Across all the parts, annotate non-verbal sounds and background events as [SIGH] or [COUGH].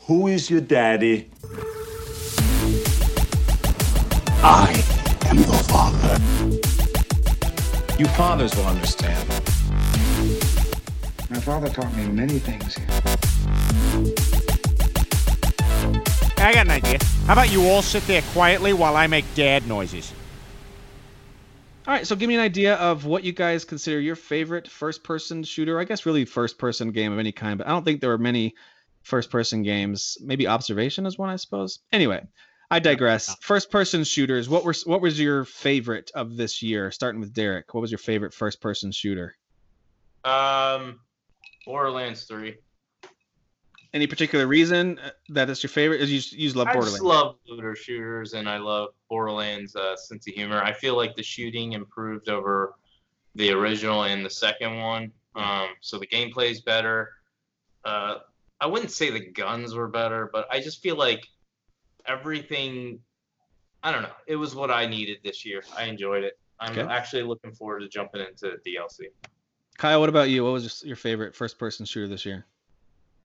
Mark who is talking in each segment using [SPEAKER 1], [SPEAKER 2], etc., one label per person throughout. [SPEAKER 1] Who is your daddy? I am your father.
[SPEAKER 2] You fathers will understand.
[SPEAKER 3] My father taught me many things.
[SPEAKER 4] I got an idea. How about you all sit there quietly while I make dad noises?
[SPEAKER 5] All right, so give me an idea of what you guys consider your favorite first-person shooter. I guess really first-person game of any kind, but I don't think there are many first-person games. Maybe Observation is one, I suppose. Anyway, I digress. First-person shooters. What were what was your favorite of this year? Starting with Derek, what was your favorite first-person shooter?
[SPEAKER 6] Um, Borderlands Three.
[SPEAKER 5] Any particular reason uh, that it's your favorite? Is you just- you just love
[SPEAKER 6] I
[SPEAKER 5] Borderlands?
[SPEAKER 6] just love looter shooters, and I love Borderlands' uh, sense of humor. I feel like the shooting improved over the original and the second one, um, so the gameplay's better. Uh, I wouldn't say the guns were better, but I just feel like everything. I don't know. It was what I needed this year. I enjoyed it. I'm
[SPEAKER 5] Okay.
[SPEAKER 6] actually looking forward to jumping into DLC.
[SPEAKER 5] Kyle, what about you? What was your favorite first-person shooter this year?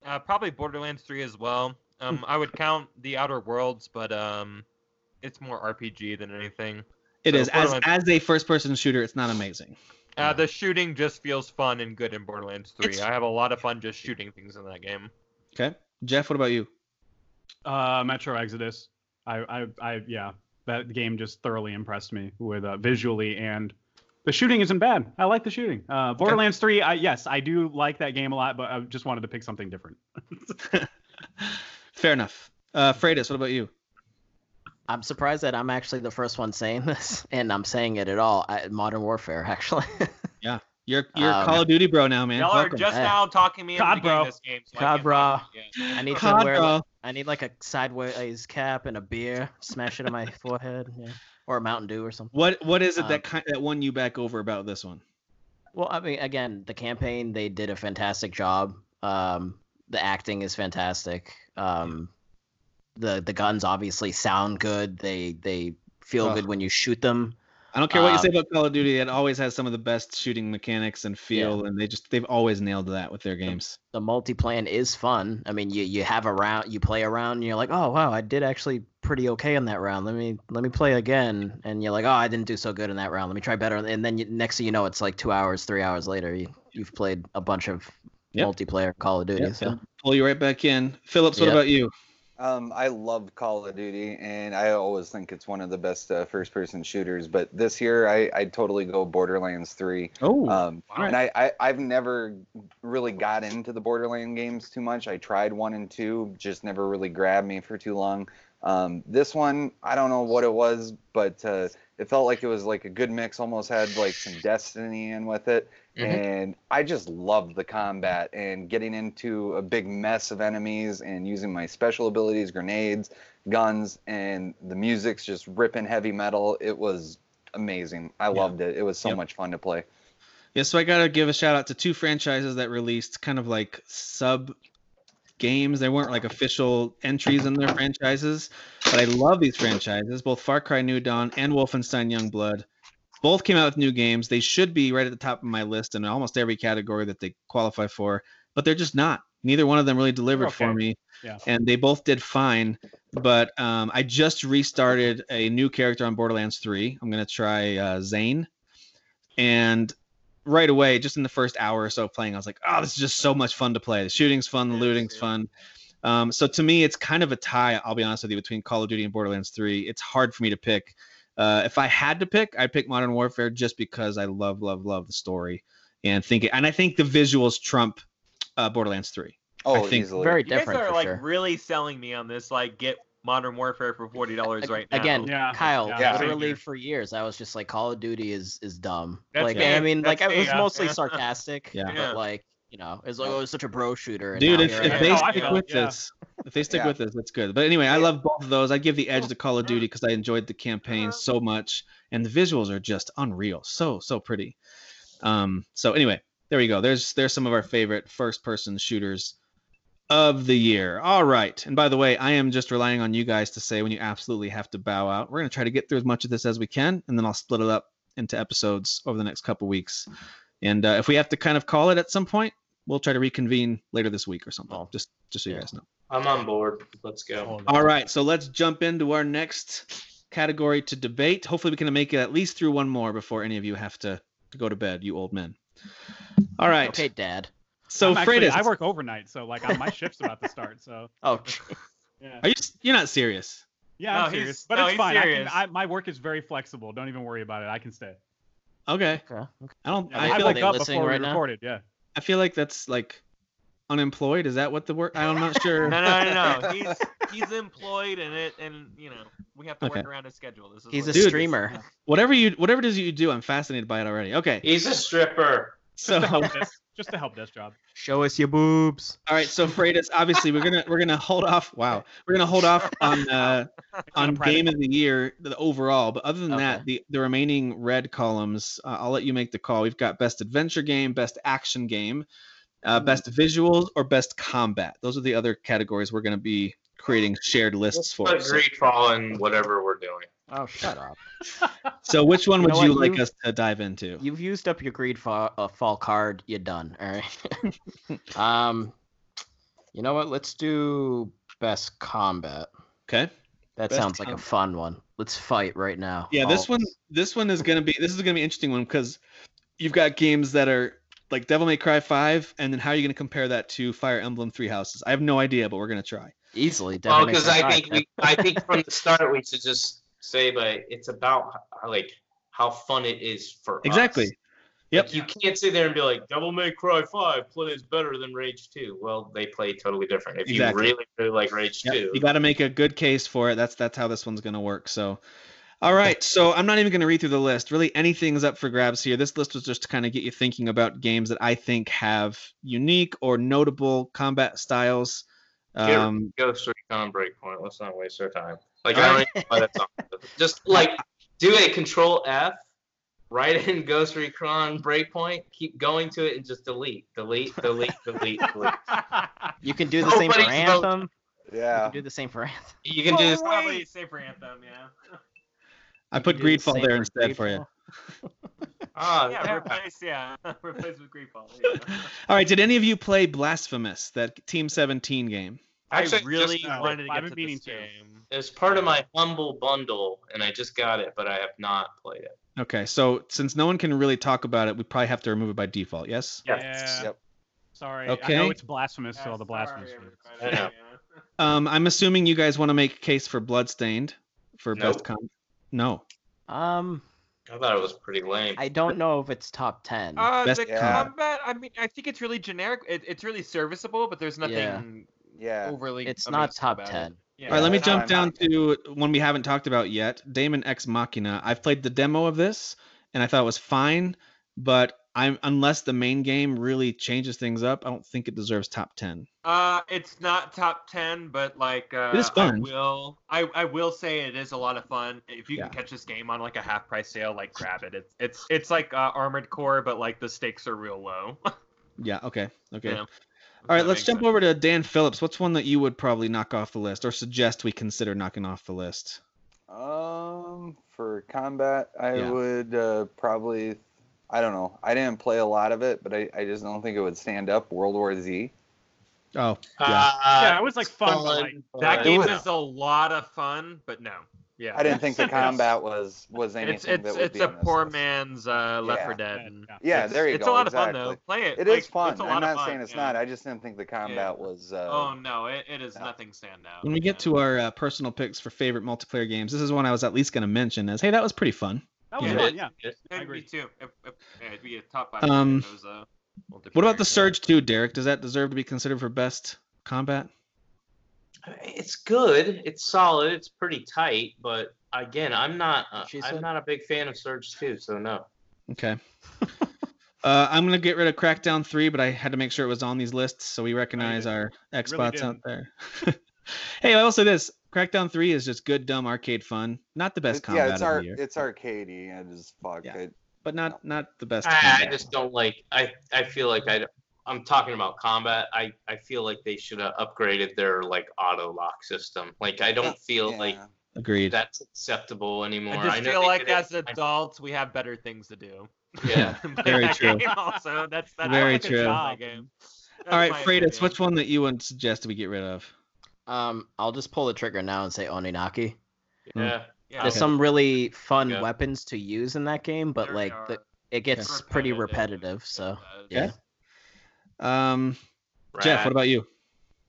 [SPEAKER 7] Uh, probably Borderlands 3 as well. Um, I would count the Outer Worlds, but um, it's more RPG than anything.
[SPEAKER 5] It
[SPEAKER 7] So
[SPEAKER 5] is as
[SPEAKER 7] Borderlands-
[SPEAKER 5] as a first-person shooter, it's not amazing.
[SPEAKER 7] Uh, the shooting just feels fun and good in Borderlands 3.
[SPEAKER 5] It's-
[SPEAKER 7] I have a lot of fun just shooting things in that game.
[SPEAKER 5] Okay, Jeff, what about you?
[SPEAKER 8] Uh, Metro Exodus. I, I, I, yeah, that game just thoroughly impressed me with uh, visually and the shooting isn't bad. I like the shooting. Uh, Borderlands 3. I, yes, I do like that game a lot, but I just wanted to pick something different.
[SPEAKER 5] [LAUGHS] Fair enough. Uh, Freitas, what about you?
[SPEAKER 9] I'm surprised that I'm actually the first one saying this, [LAUGHS] and I'm saying it at all. I, Modern Warfare, actually. [LAUGHS]
[SPEAKER 5] You're you're
[SPEAKER 9] Um,
[SPEAKER 5] Call of Duty bro now, man.
[SPEAKER 7] Y'all are
[SPEAKER 5] Welcome.
[SPEAKER 7] just
[SPEAKER 9] Yeah.
[SPEAKER 7] now talking me into
[SPEAKER 8] God,
[SPEAKER 7] the
[SPEAKER 8] bro.
[SPEAKER 7] game this game. So I can't
[SPEAKER 9] Cabra.
[SPEAKER 7] talk to you yet.
[SPEAKER 9] I need to
[SPEAKER 5] COD,
[SPEAKER 9] wear.
[SPEAKER 5] bro.
[SPEAKER 9] Like, I need like a sideways cap and a beer. Smash it [LAUGHS] on my forehead, yeah. or a Mountain Dew or something.
[SPEAKER 5] What what is it that
[SPEAKER 9] Um,
[SPEAKER 5] kind that won you back over about this one?
[SPEAKER 9] Well, I mean, again, the campaign they did a fantastic job. Um, the acting is fantastic. Um, the the guns obviously sound good. They they feel
[SPEAKER 5] Ugh.
[SPEAKER 9] good when you shoot them.
[SPEAKER 5] I don't care what you
[SPEAKER 9] Uh,
[SPEAKER 5] say about Call of Duty. It always has some of the best shooting mechanics and feel, and they just they've always nailed that with their games.
[SPEAKER 9] The multiplayer is fun. I mean, you you have a round, you play a round, and you're like, oh wow, I did actually pretty okay in that round. Let me let me play again, and you're like, oh, I didn't do so good in that round. Let me try better. And then you, next thing you know, it's like two hours, three hours later, you you've played a bunch of
[SPEAKER 5] Yep.
[SPEAKER 9] multiplayer Call of Duty.
[SPEAKER 5] Yep,
[SPEAKER 9] so.
[SPEAKER 5] they'll Pull you right back in. Phillips, what
[SPEAKER 9] Yep.
[SPEAKER 5] about you?
[SPEAKER 10] Um, I love Call of Duty, and I always think it's one of the best uh, first-person shooters. But this year, I I totally go Borderlands Three.
[SPEAKER 5] Oh,
[SPEAKER 9] Uh,
[SPEAKER 10] Um,
[SPEAKER 5] all right.
[SPEAKER 10] And I, I I've never really got into the Borderland games too much. I tried one and two, just never really grabbed me for too long. Um, this one, I don't know what it was, but uh, it felt like it was like a good mix. Almost had like some Destiny in with it,
[SPEAKER 6] Mhm.
[SPEAKER 5] Mm-hmm.
[SPEAKER 10] and I just loved the combat and getting into a big mess of enemies and using my special abilities, grenades, guns, and the music's just ripping heavy metal. It was amazing. I
[SPEAKER 5] Yeah.
[SPEAKER 10] loved it. It was so
[SPEAKER 5] Yep.
[SPEAKER 10] much fun to play.
[SPEAKER 5] yeah. So I gotta give a shout out to two franchises that released kind of like sub games. They weren't like official entries in their franchises, but I love these franchises. Both Far Cry New Dawn and Wolfenstein Youngblood both came out with new games. They should be right at the top of my list in almost every category that they qualify for, but they're just not. Neither one of them really delivered for
[SPEAKER 8] okay.
[SPEAKER 5] me.
[SPEAKER 8] Yeah.
[SPEAKER 5] And they both did fine, but um, I just restarted a new character on Borderlands 3. I'm going to try uh, Zane. And right away, just in the first hour or so of playing, I was like, oh, this is just so much fun to play. The shooting's fun, the
[SPEAKER 6] Yeah,
[SPEAKER 5] looting's
[SPEAKER 6] same.
[SPEAKER 5] fun. Um, so to me, it's kind of a tie. I'll be honest with you between Call of Duty and Borderlands 3. It's hard for me to pick. Uh, if I had to pick, I'd pick Modern Warfare just because I love, love, love the story and think and I think the visuals trump uh, Borderlands 3.
[SPEAKER 10] Oh,
[SPEAKER 5] think
[SPEAKER 10] easily.
[SPEAKER 9] Very
[SPEAKER 7] You guys
[SPEAKER 9] different
[SPEAKER 7] are
[SPEAKER 9] for
[SPEAKER 7] like
[SPEAKER 9] sure.
[SPEAKER 7] really selling me on this. Like, get Modern Warfare for forty dollars right now.
[SPEAKER 9] Again,
[SPEAKER 8] Yeah,
[SPEAKER 9] Kyle,
[SPEAKER 8] yeah.
[SPEAKER 9] literally for years, I was just like, Call of Duty is is dumb.
[SPEAKER 7] That's
[SPEAKER 9] like,
[SPEAKER 7] me.
[SPEAKER 9] and I mean,
[SPEAKER 7] That's
[SPEAKER 9] like, I
[SPEAKER 7] me,
[SPEAKER 9] was
[SPEAKER 7] yeah. [LAUGHS]
[SPEAKER 9] mostly sarcastic,
[SPEAKER 5] Yeah.
[SPEAKER 9] but
[SPEAKER 7] Yeah.
[SPEAKER 9] like, you know, it's like, oh, it's such a bro shooter. And
[SPEAKER 5] Dude,
[SPEAKER 9] now
[SPEAKER 5] if,
[SPEAKER 9] here I
[SPEAKER 5] if
[SPEAKER 9] am.
[SPEAKER 5] they
[SPEAKER 8] No, I
[SPEAKER 5] stick
[SPEAKER 8] feel-
[SPEAKER 5] with
[SPEAKER 8] yeah.
[SPEAKER 5] this, if they stick
[SPEAKER 10] Yeah.
[SPEAKER 5] with this, that's good. But anyway, I love both of those. I give the edge to Call of Duty because I enjoyed the campaign so much, and the visuals are just unreal. So so pretty. Um. So anyway, there you go. There's there's some of our favorite first-person shooters of the year. All right. And by the way, I am just relying on you guys to say when you absolutely have to bow out. We're gonna try to get through as much of this as we can, and then I'll split it up into episodes over the next couple weeks. And uh, if we have to kind of call it at some point, we'll try to reconvene later this week or something.
[SPEAKER 9] Oh,
[SPEAKER 5] just just so you
[SPEAKER 9] yeah.
[SPEAKER 5] guys know.
[SPEAKER 6] I'm on board. Let's go.
[SPEAKER 5] All right, so let's jump into our next category to debate. Hopefully, we can make it at least through one more before any of you have to, to go to bed, you old men. All right.
[SPEAKER 9] Okay, Dad.
[SPEAKER 5] So,
[SPEAKER 8] I'm actually-
[SPEAKER 5] Freitas,
[SPEAKER 8] I work overnight, so like uh, my shift's about to start.
[SPEAKER 7] [LAUGHS]
[SPEAKER 8] So
[SPEAKER 9] Oh,
[SPEAKER 8] yeah,
[SPEAKER 5] are you s- you're not serious?
[SPEAKER 8] yeah,
[SPEAKER 7] No,
[SPEAKER 8] I'm
[SPEAKER 7] he's-
[SPEAKER 8] serious, but
[SPEAKER 7] no,
[SPEAKER 8] it's
[SPEAKER 7] he's
[SPEAKER 8] fine. I can,
[SPEAKER 7] serious.
[SPEAKER 8] I, my work is very flexible. Don't even worry about it. I can stay.
[SPEAKER 5] Okay.
[SPEAKER 9] okay.
[SPEAKER 5] I don't.
[SPEAKER 9] Yeah,
[SPEAKER 5] I
[SPEAKER 8] I
[SPEAKER 5] feel
[SPEAKER 9] like
[SPEAKER 8] woke
[SPEAKER 5] like
[SPEAKER 9] they
[SPEAKER 8] up
[SPEAKER 9] listening
[SPEAKER 8] before
[SPEAKER 9] right
[SPEAKER 8] we
[SPEAKER 9] now?
[SPEAKER 8] recorded.
[SPEAKER 7] [LAUGHS]
[SPEAKER 8] Yeah.
[SPEAKER 5] I feel like that's like unemployed. Is that what the word? I'm not
[SPEAKER 7] No,
[SPEAKER 5] sure.
[SPEAKER 7] no, no, no. He's he's employed and it and you know we have to
[SPEAKER 5] Okay.
[SPEAKER 7] work around his schedule. This is
[SPEAKER 9] He's
[SPEAKER 7] what
[SPEAKER 9] a
[SPEAKER 7] it is.
[SPEAKER 9] streamer.
[SPEAKER 5] Whatever you, whatever it is you do, I'm fascinated by it already.
[SPEAKER 6] [LAUGHS]
[SPEAKER 5] Okay.
[SPEAKER 6] He's a stripper.
[SPEAKER 5] So, all
[SPEAKER 8] Help desk- just a help desk
[SPEAKER 7] [LAUGHS]
[SPEAKER 8] job.
[SPEAKER 9] Show us your boobs.
[SPEAKER 5] right. So, Freitas, obviously, we're gonna we're gonna hold off. Wow, we're gonna hold off on uh,
[SPEAKER 9] [LAUGHS]
[SPEAKER 5] on
[SPEAKER 8] private-
[SPEAKER 5] game of the year the overall. But other than that,
[SPEAKER 9] Okay.
[SPEAKER 5] the the remaining red columns, uh, I'll let you make the call. We've got best adventure game, best action game,
[SPEAKER 9] Mm-hmm.
[SPEAKER 5] uh, best visuals, or best combat. Those are the other categories we're gonna be creating shared lists
[SPEAKER 6] Let's
[SPEAKER 5] for.
[SPEAKER 6] put
[SPEAKER 5] So-
[SPEAKER 6] Greedfall in whatever we're doing.
[SPEAKER 9] Oh, shut up.
[SPEAKER 5] So which one
[SPEAKER 9] You
[SPEAKER 5] would
[SPEAKER 9] know
[SPEAKER 5] you
[SPEAKER 9] what,
[SPEAKER 5] like
[SPEAKER 9] you-
[SPEAKER 5] us to dive into?
[SPEAKER 9] [LAUGHS] You've used up your greed fall, uh, fall card. You're done. All right. um, you know what? Let's do best combat.
[SPEAKER 5] okay.
[SPEAKER 9] That
[SPEAKER 5] Best
[SPEAKER 9] sounds like
[SPEAKER 5] combat.
[SPEAKER 9] a fun one. Let's fight right now.
[SPEAKER 5] Yeah,
[SPEAKER 9] All-
[SPEAKER 5] this one
[SPEAKER 6] Oh.
[SPEAKER 5] this one is gonna be this is gonna be an interesting one because you've got games that are like Devil May Cry five, and then how are you gonna compare that to Fire Emblem Three Houses? I have no idea, but we're gonna try.
[SPEAKER 9] easily.
[SPEAKER 6] Well,
[SPEAKER 9] Devil May
[SPEAKER 6] because
[SPEAKER 9] Cry
[SPEAKER 6] I
[SPEAKER 9] five,
[SPEAKER 6] think
[SPEAKER 9] man. [LAUGHS]
[SPEAKER 6] we, I think from the start we should just say, like, it's about h- like how fun it is for
[SPEAKER 5] Exactly.
[SPEAKER 6] us.
[SPEAKER 5] Yep.
[SPEAKER 6] Like, you can't sit there and be like, Devil May Cry Five plays better than Rage Two. Well, they play totally different. If
[SPEAKER 5] Exactly.
[SPEAKER 6] you really really like Rage
[SPEAKER 5] Yep,
[SPEAKER 6] Two,
[SPEAKER 5] You got to make a good case for it. That's that's how this one's gonna work. So, all right. So I'm not even gonna read through the list. Really, anything's up for grabs here. This list was just to kind of get you thinking about games that I think have unique or notable combat styles.
[SPEAKER 6] Get-
[SPEAKER 5] Um,
[SPEAKER 6] Ghost Recon Breakpoint. Let's not waste our time. Like I don't even know why that's on.
[SPEAKER 5] [LAUGHS]
[SPEAKER 6] Just like do a Control F, write in Ghost Recon Breakpoint, keep going to it, and just delete, delete, delete, delete,
[SPEAKER 5] [LAUGHS]
[SPEAKER 6] delete.
[SPEAKER 9] you can do the same for
[SPEAKER 6] Nobody's voting.
[SPEAKER 9] Anthem. You
[SPEAKER 10] Yeah.
[SPEAKER 9] can do the same for Anthem.
[SPEAKER 6] You can do this.
[SPEAKER 7] probably safe for Anthem, yeah.
[SPEAKER 5] I put
[SPEAKER 9] You can do the
[SPEAKER 5] Greedfall
[SPEAKER 9] same
[SPEAKER 5] there
[SPEAKER 9] for
[SPEAKER 5] instead for you.
[SPEAKER 9] Greedfall.
[SPEAKER 6] Ah,
[SPEAKER 7] Yeah,
[SPEAKER 6] there-
[SPEAKER 7] replace yeah, [LAUGHS] replace with Greedfall. Yeah.
[SPEAKER 5] All right. Did any of you play Blasphemous, that Team 17 game?
[SPEAKER 6] Actually,
[SPEAKER 7] I really
[SPEAKER 6] just-
[SPEAKER 8] now.
[SPEAKER 7] wanted to
[SPEAKER 8] I've
[SPEAKER 7] get
[SPEAKER 8] been
[SPEAKER 7] to
[SPEAKER 8] meaning
[SPEAKER 7] this
[SPEAKER 8] to.
[SPEAKER 7] game.
[SPEAKER 6] It's part of my humble bundle, and I just got it, but I have not played it.
[SPEAKER 5] Okay. So since no one can really talk about it, we probably have to remove it by default. Yes.
[SPEAKER 8] Yeah.
[SPEAKER 10] Yep.
[SPEAKER 8] Sorry. I
[SPEAKER 5] Okay.
[SPEAKER 8] know it's blasphemous to all the blasphemous. fans.
[SPEAKER 6] I know.
[SPEAKER 5] Um, I'm assuming you guys want to make a case for Bloodstained for best
[SPEAKER 6] Nope.
[SPEAKER 5] combat. No.
[SPEAKER 9] Um,
[SPEAKER 6] I thought it was pretty lame.
[SPEAKER 9] I don't know if it's top ten.
[SPEAKER 7] Uh,
[SPEAKER 5] Best
[SPEAKER 7] the
[SPEAKER 10] Yeah.
[SPEAKER 7] combat, I mean, I think it's really generic. It, it's really serviceable, but there's nothing
[SPEAKER 9] Yeah.
[SPEAKER 10] Yeah.
[SPEAKER 7] overly.
[SPEAKER 9] it's not
[SPEAKER 7] amazing
[SPEAKER 9] top
[SPEAKER 7] about it.
[SPEAKER 9] ten.
[SPEAKER 7] Yeah.
[SPEAKER 5] All right, let me
[SPEAKER 10] Yeah,
[SPEAKER 5] jump
[SPEAKER 10] I'm
[SPEAKER 5] down
[SPEAKER 10] not-
[SPEAKER 5] to one we haven't talked about yet. Damon X Machina. I've played the demo of this, and I thought it was fine, but I'm unless the main game really changes things up, I don't think it deserves top ten.
[SPEAKER 7] Uh, it's not top ten, but like uh,
[SPEAKER 5] is
[SPEAKER 7] I
[SPEAKER 5] fun.
[SPEAKER 7] will, I, I will say it is a lot of fun. If you
[SPEAKER 5] Yeah.
[SPEAKER 7] can catch this game on like a half price sale, like grab it. It's it's it's like uh, Armored Core, but like the stakes are real
[SPEAKER 5] [LAUGHS]
[SPEAKER 7] low. All
[SPEAKER 5] Yeah. Okay. Okay.
[SPEAKER 7] Yeah,
[SPEAKER 5] All right, let's jump over to Dan Phillips. What's one that you would probably knock off the list, or suggest we consider knocking off the list?
[SPEAKER 10] Um, for combat, I
[SPEAKER 5] Yeah.
[SPEAKER 10] would uh, probably. I don't know. I didn't play a lot of it, but I, I just don't think it would stand up. World War Z.
[SPEAKER 5] Oh,
[SPEAKER 10] Uh,
[SPEAKER 5] yeah.
[SPEAKER 6] Ah,
[SPEAKER 8] Yeah, it was like fun, but like
[SPEAKER 7] That
[SPEAKER 10] It
[SPEAKER 7] game
[SPEAKER 10] was-
[SPEAKER 7] is a lot of fun, but no. Yeah.
[SPEAKER 10] I didn't
[SPEAKER 7] [LAUGHS]
[SPEAKER 10] think the combat was was anything
[SPEAKER 7] It's it's
[SPEAKER 10] that would
[SPEAKER 7] it's
[SPEAKER 10] be
[SPEAKER 7] a
[SPEAKER 10] on this
[SPEAKER 7] poor
[SPEAKER 10] list.
[SPEAKER 7] man's uh, Left
[SPEAKER 10] Yeah.
[SPEAKER 7] 4 Dead.
[SPEAKER 8] yeah,
[SPEAKER 7] and
[SPEAKER 8] yeah.
[SPEAKER 10] Yeah,
[SPEAKER 7] it's-
[SPEAKER 10] there you
[SPEAKER 7] it's
[SPEAKER 10] go,
[SPEAKER 7] a lot of fun though.
[SPEAKER 10] exactly.
[SPEAKER 7] Play it.
[SPEAKER 10] It is
[SPEAKER 7] like,
[SPEAKER 10] fun.
[SPEAKER 7] It's a lot
[SPEAKER 10] I'm
[SPEAKER 7] of
[SPEAKER 10] not
[SPEAKER 7] fun,
[SPEAKER 10] saying it's
[SPEAKER 7] yeah.
[SPEAKER 10] not. I just didn't think the combat was. Uh,
[SPEAKER 7] Oh no, it, it is
[SPEAKER 10] no.
[SPEAKER 7] nothing standout.
[SPEAKER 5] When we get to our uh, personal picks for favorite multiplayer games, this is one I was at least going to mention as, hey, that was pretty fun.
[SPEAKER 8] that was
[SPEAKER 5] Yeah.
[SPEAKER 8] fun. Yeah. I
[SPEAKER 7] It'd
[SPEAKER 8] agree.
[SPEAKER 7] be too. If, if, yeah, it'd be a top five.
[SPEAKER 5] Um,
[SPEAKER 7] if it was a
[SPEAKER 5] What
[SPEAKER 7] multiplayer.
[SPEAKER 5] about the Surge 2, Derek? Does that deserve to be considered for best combat?
[SPEAKER 6] it's good. It's solid. It's pretty tight, but again, I'm not. Uh,
[SPEAKER 9] She
[SPEAKER 6] I'm
[SPEAKER 9] said-
[SPEAKER 6] not a big fan of Surge Two, so no.
[SPEAKER 5] Okay. [LAUGHS] uh, I'm gonna get rid of Crackdown three, but I had to make sure it was on these lists, so we recognize
[SPEAKER 8] didn't.
[SPEAKER 5] our
[SPEAKER 8] really
[SPEAKER 5] Xbots out there. [LAUGHS] hey, I will say this: Crackdown three is just good, dumb arcade fun. Not the best
[SPEAKER 10] it- yeah,
[SPEAKER 5] combat
[SPEAKER 10] it's
[SPEAKER 5] of
[SPEAKER 10] our
[SPEAKER 5] the year,
[SPEAKER 10] it's arcadey and just fuck
[SPEAKER 5] Yeah.
[SPEAKER 10] it.
[SPEAKER 5] but not not the best.
[SPEAKER 10] Ah,
[SPEAKER 6] I, I
[SPEAKER 5] combat.
[SPEAKER 6] just don't like. I I feel like I. I'm talking about combat. I I feel like they should have upgraded their like auto lock system. Like I don't feel
[SPEAKER 10] Yeah.
[SPEAKER 6] like
[SPEAKER 5] agreed.
[SPEAKER 6] that's acceptable anymore.
[SPEAKER 7] I just
[SPEAKER 6] know
[SPEAKER 7] feel
[SPEAKER 6] they
[SPEAKER 7] like
[SPEAKER 6] did it-
[SPEAKER 7] as adults we have better things to do. [LAUGHS]
[SPEAKER 6] yeah.
[SPEAKER 7] But
[SPEAKER 5] Very
[SPEAKER 7] that
[SPEAKER 5] true.
[SPEAKER 7] game also, that's that's
[SPEAKER 5] Very
[SPEAKER 7] like a
[SPEAKER 5] true.
[SPEAKER 7] job game. That's
[SPEAKER 5] All right, Freitas,
[SPEAKER 7] my opinion.
[SPEAKER 5] what's one that you would suggest we get rid of?
[SPEAKER 9] Um, I'll just pull the trigger now and say Oninaki.
[SPEAKER 6] Yeah.
[SPEAKER 7] Yeah,
[SPEAKER 9] There's
[SPEAKER 7] okay.
[SPEAKER 9] some really fun
[SPEAKER 6] Yeah.
[SPEAKER 9] weapons to use in that game, but
[SPEAKER 6] There
[SPEAKER 9] like
[SPEAKER 6] are.
[SPEAKER 9] the, it gets pretty repetitive. So yeah,
[SPEAKER 5] Um, Jeff, what about you?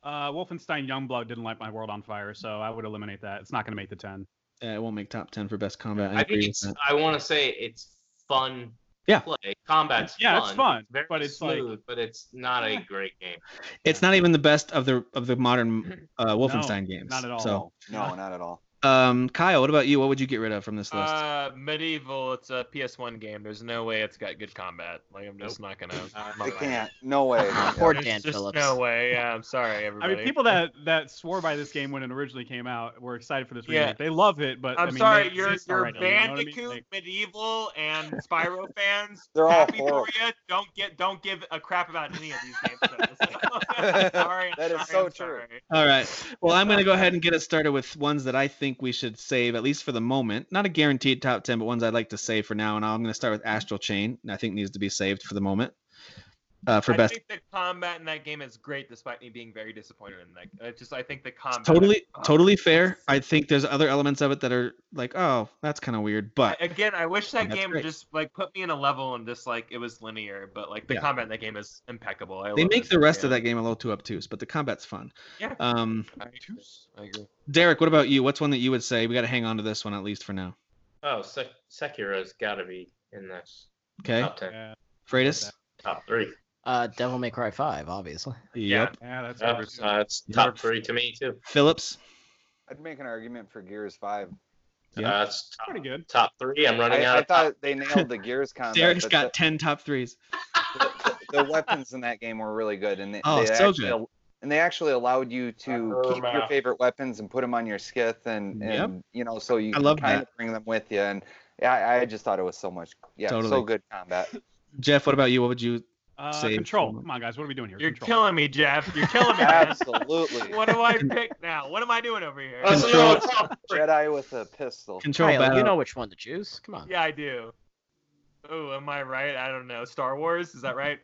[SPEAKER 8] Uh, Wolfenstein Youngblood didn't light my world on fire, so I would eliminate that. It's not going to make the ten.
[SPEAKER 5] Uh, it won't make top ten for best combat. I,
[SPEAKER 6] I
[SPEAKER 5] agree
[SPEAKER 6] think
[SPEAKER 5] with
[SPEAKER 6] it's.
[SPEAKER 5] that.
[SPEAKER 6] I want to say it's fun.
[SPEAKER 5] Yeah.
[SPEAKER 6] To play combat's
[SPEAKER 8] Yeah,
[SPEAKER 6] fun.
[SPEAKER 8] it's fun,
[SPEAKER 6] very
[SPEAKER 8] but it's like-
[SPEAKER 6] smooth, but it's not
[SPEAKER 8] Yeah.
[SPEAKER 6] a great game.
[SPEAKER 5] It's not even the best of the of the modern uh, Wolfenstein games.
[SPEAKER 8] Not at all.
[SPEAKER 5] So,
[SPEAKER 10] No, not at all.
[SPEAKER 5] um, Kyle, what about you? What would you get rid of from this list?
[SPEAKER 7] Uh, medieval. It's a PS1 game. There's no way it's got good combat. Like I'm just not gonna. I'm not
[SPEAKER 10] It
[SPEAKER 7] gonna-
[SPEAKER 10] can't. No way.
[SPEAKER 6] [LAUGHS]
[SPEAKER 9] Poor
[SPEAKER 7] There's
[SPEAKER 9] Dan
[SPEAKER 7] just
[SPEAKER 9] Phillips.
[SPEAKER 7] no way. Yeah, I'm sorry,
[SPEAKER 8] I
[SPEAKER 7] everybody.
[SPEAKER 8] mean, people that that swore by this game when it originally came out were excited for this
[SPEAKER 7] Yeah.
[SPEAKER 8] remake. They love it, but I
[SPEAKER 7] I'm
[SPEAKER 8] mean,
[SPEAKER 7] sorry,
[SPEAKER 8] they
[SPEAKER 7] you're
[SPEAKER 8] exist
[SPEAKER 7] you're
[SPEAKER 8] already, you know what I mean?
[SPEAKER 7] Bandicoot,
[SPEAKER 8] Like,
[SPEAKER 7] medieval,
[SPEAKER 8] [LAUGHS]
[SPEAKER 7] and Spyro fans.
[SPEAKER 10] They're all
[SPEAKER 7] happy
[SPEAKER 10] Oh, horrible.
[SPEAKER 7] for you. Don't get don't give a crap about any of these games.
[SPEAKER 10] [LAUGHS]
[SPEAKER 7] though. [LAUGHS] So, sorry,
[SPEAKER 10] That is
[SPEAKER 7] I'm
[SPEAKER 10] so
[SPEAKER 7] sorry,
[SPEAKER 10] true.
[SPEAKER 7] I'm sorry.
[SPEAKER 5] All right. Well, I'm going to go ahead and get us started with ones that I think we should save, at least for the moment. Not a guaranteed top 10, but ones I'd like to save for now. And I'm going to start with Astral Chain. and I think needs to be saved for the moment uh, for
[SPEAKER 7] I
[SPEAKER 5] best.
[SPEAKER 7] think the combat in that game is great, despite me being very disappointed in that. I just I think the
[SPEAKER 5] It's
[SPEAKER 7] combat
[SPEAKER 5] totally, totally fair. I think there's other elements of it that are like, oh, that's kind of weird.
[SPEAKER 7] I-
[SPEAKER 5] But
[SPEAKER 7] again, I wish that
[SPEAKER 5] That's
[SPEAKER 7] game
[SPEAKER 5] great.
[SPEAKER 7] just like put me in a level and just like it was linear, but like the
[SPEAKER 5] Yeah.
[SPEAKER 7] combat in that game is impeccable. I
[SPEAKER 5] they
[SPEAKER 7] love
[SPEAKER 5] make
[SPEAKER 7] it.
[SPEAKER 5] the rest
[SPEAKER 7] Yeah.
[SPEAKER 5] of that game a little too obtuse, but the combat's fun.
[SPEAKER 7] [LAUGHS] Yeah.
[SPEAKER 5] Um,
[SPEAKER 7] I agree. I agree.
[SPEAKER 5] Derek, what about you? What's one that you would say? We got to hang on to this one at least for now.
[SPEAKER 6] Oh, Sek- Sekiro's got to be in this
[SPEAKER 5] Okay.
[SPEAKER 6] top ten,
[SPEAKER 8] yeah,
[SPEAKER 5] Freitas?
[SPEAKER 6] top three.
[SPEAKER 9] uh, Devil May Cry Five, obviously.
[SPEAKER 6] Yeah.
[SPEAKER 5] Yep.
[SPEAKER 8] yeah, that's
[SPEAKER 6] Uh,
[SPEAKER 8] overkill.
[SPEAKER 6] uh, it's top three to me too.
[SPEAKER 5] Phillips?
[SPEAKER 10] I'd make an argument for Gears Five.
[SPEAKER 5] Yeah.
[SPEAKER 6] Uh, it's top,
[SPEAKER 8] pretty good.
[SPEAKER 6] top three. I'm running
[SPEAKER 10] I,
[SPEAKER 6] out
[SPEAKER 10] I
[SPEAKER 6] of top
[SPEAKER 10] thought they nailed
[SPEAKER 5] [LAUGHS]
[SPEAKER 10] the Gears concept.
[SPEAKER 5] Derek's
[SPEAKER 10] but
[SPEAKER 5] got 10 top threes.
[SPEAKER 10] the, the weapons in that game were really good, and they,
[SPEAKER 5] Oh,
[SPEAKER 10] they
[SPEAKER 5] so
[SPEAKER 10] actually
[SPEAKER 5] good.
[SPEAKER 10] al- and they actually allowed you to
[SPEAKER 6] Herb
[SPEAKER 10] keep your
[SPEAKER 6] out.
[SPEAKER 10] favorite weapons and put them on your skith, and,
[SPEAKER 5] Yep.
[SPEAKER 10] and you know, so you
[SPEAKER 5] I love
[SPEAKER 10] kind
[SPEAKER 5] that.
[SPEAKER 10] of bring them with you. And yeah, I, I just thought it was so much, yeah,
[SPEAKER 5] Totally.
[SPEAKER 10] so good
[SPEAKER 7] [LAUGHS]
[SPEAKER 10] combat.
[SPEAKER 5] Jeff, what about you? What would you
[SPEAKER 8] Uh,
[SPEAKER 5] save
[SPEAKER 8] control.
[SPEAKER 5] someone.
[SPEAKER 8] Come on, guys, what are we doing here?
[SPEAKER 7] You're
[SPEAKER 8] control.
[SPEAKER 7] killing me, Jeff. You're killing me.
[SPEAKER 10] [LAUGHS]
[SPEAKER 7] man. [LAUGHS]
[SPEAKER 10] Absolutely,
[SPEAKER 7] what do I pick now? What am I doing over here?
[SPEAKER 6] Oh, so
[SPEAKER 5] Control.
[SPEAKER 6] no,
[SPEAKER 7] [LAUGHS]
[SPEAKER 6] it's top three.
[SPEAKER 10] Jedi with a pistol.
[SPEAKER 5] control
[SPEAKER 9] Kyle,
[SPEAKER 5] battle?
[SPEAKER 9] you know which one to choose. Come on.
[SPEAKER 7] Yeah, I do. Oh, am I right? I don't know. Star Wars is that right?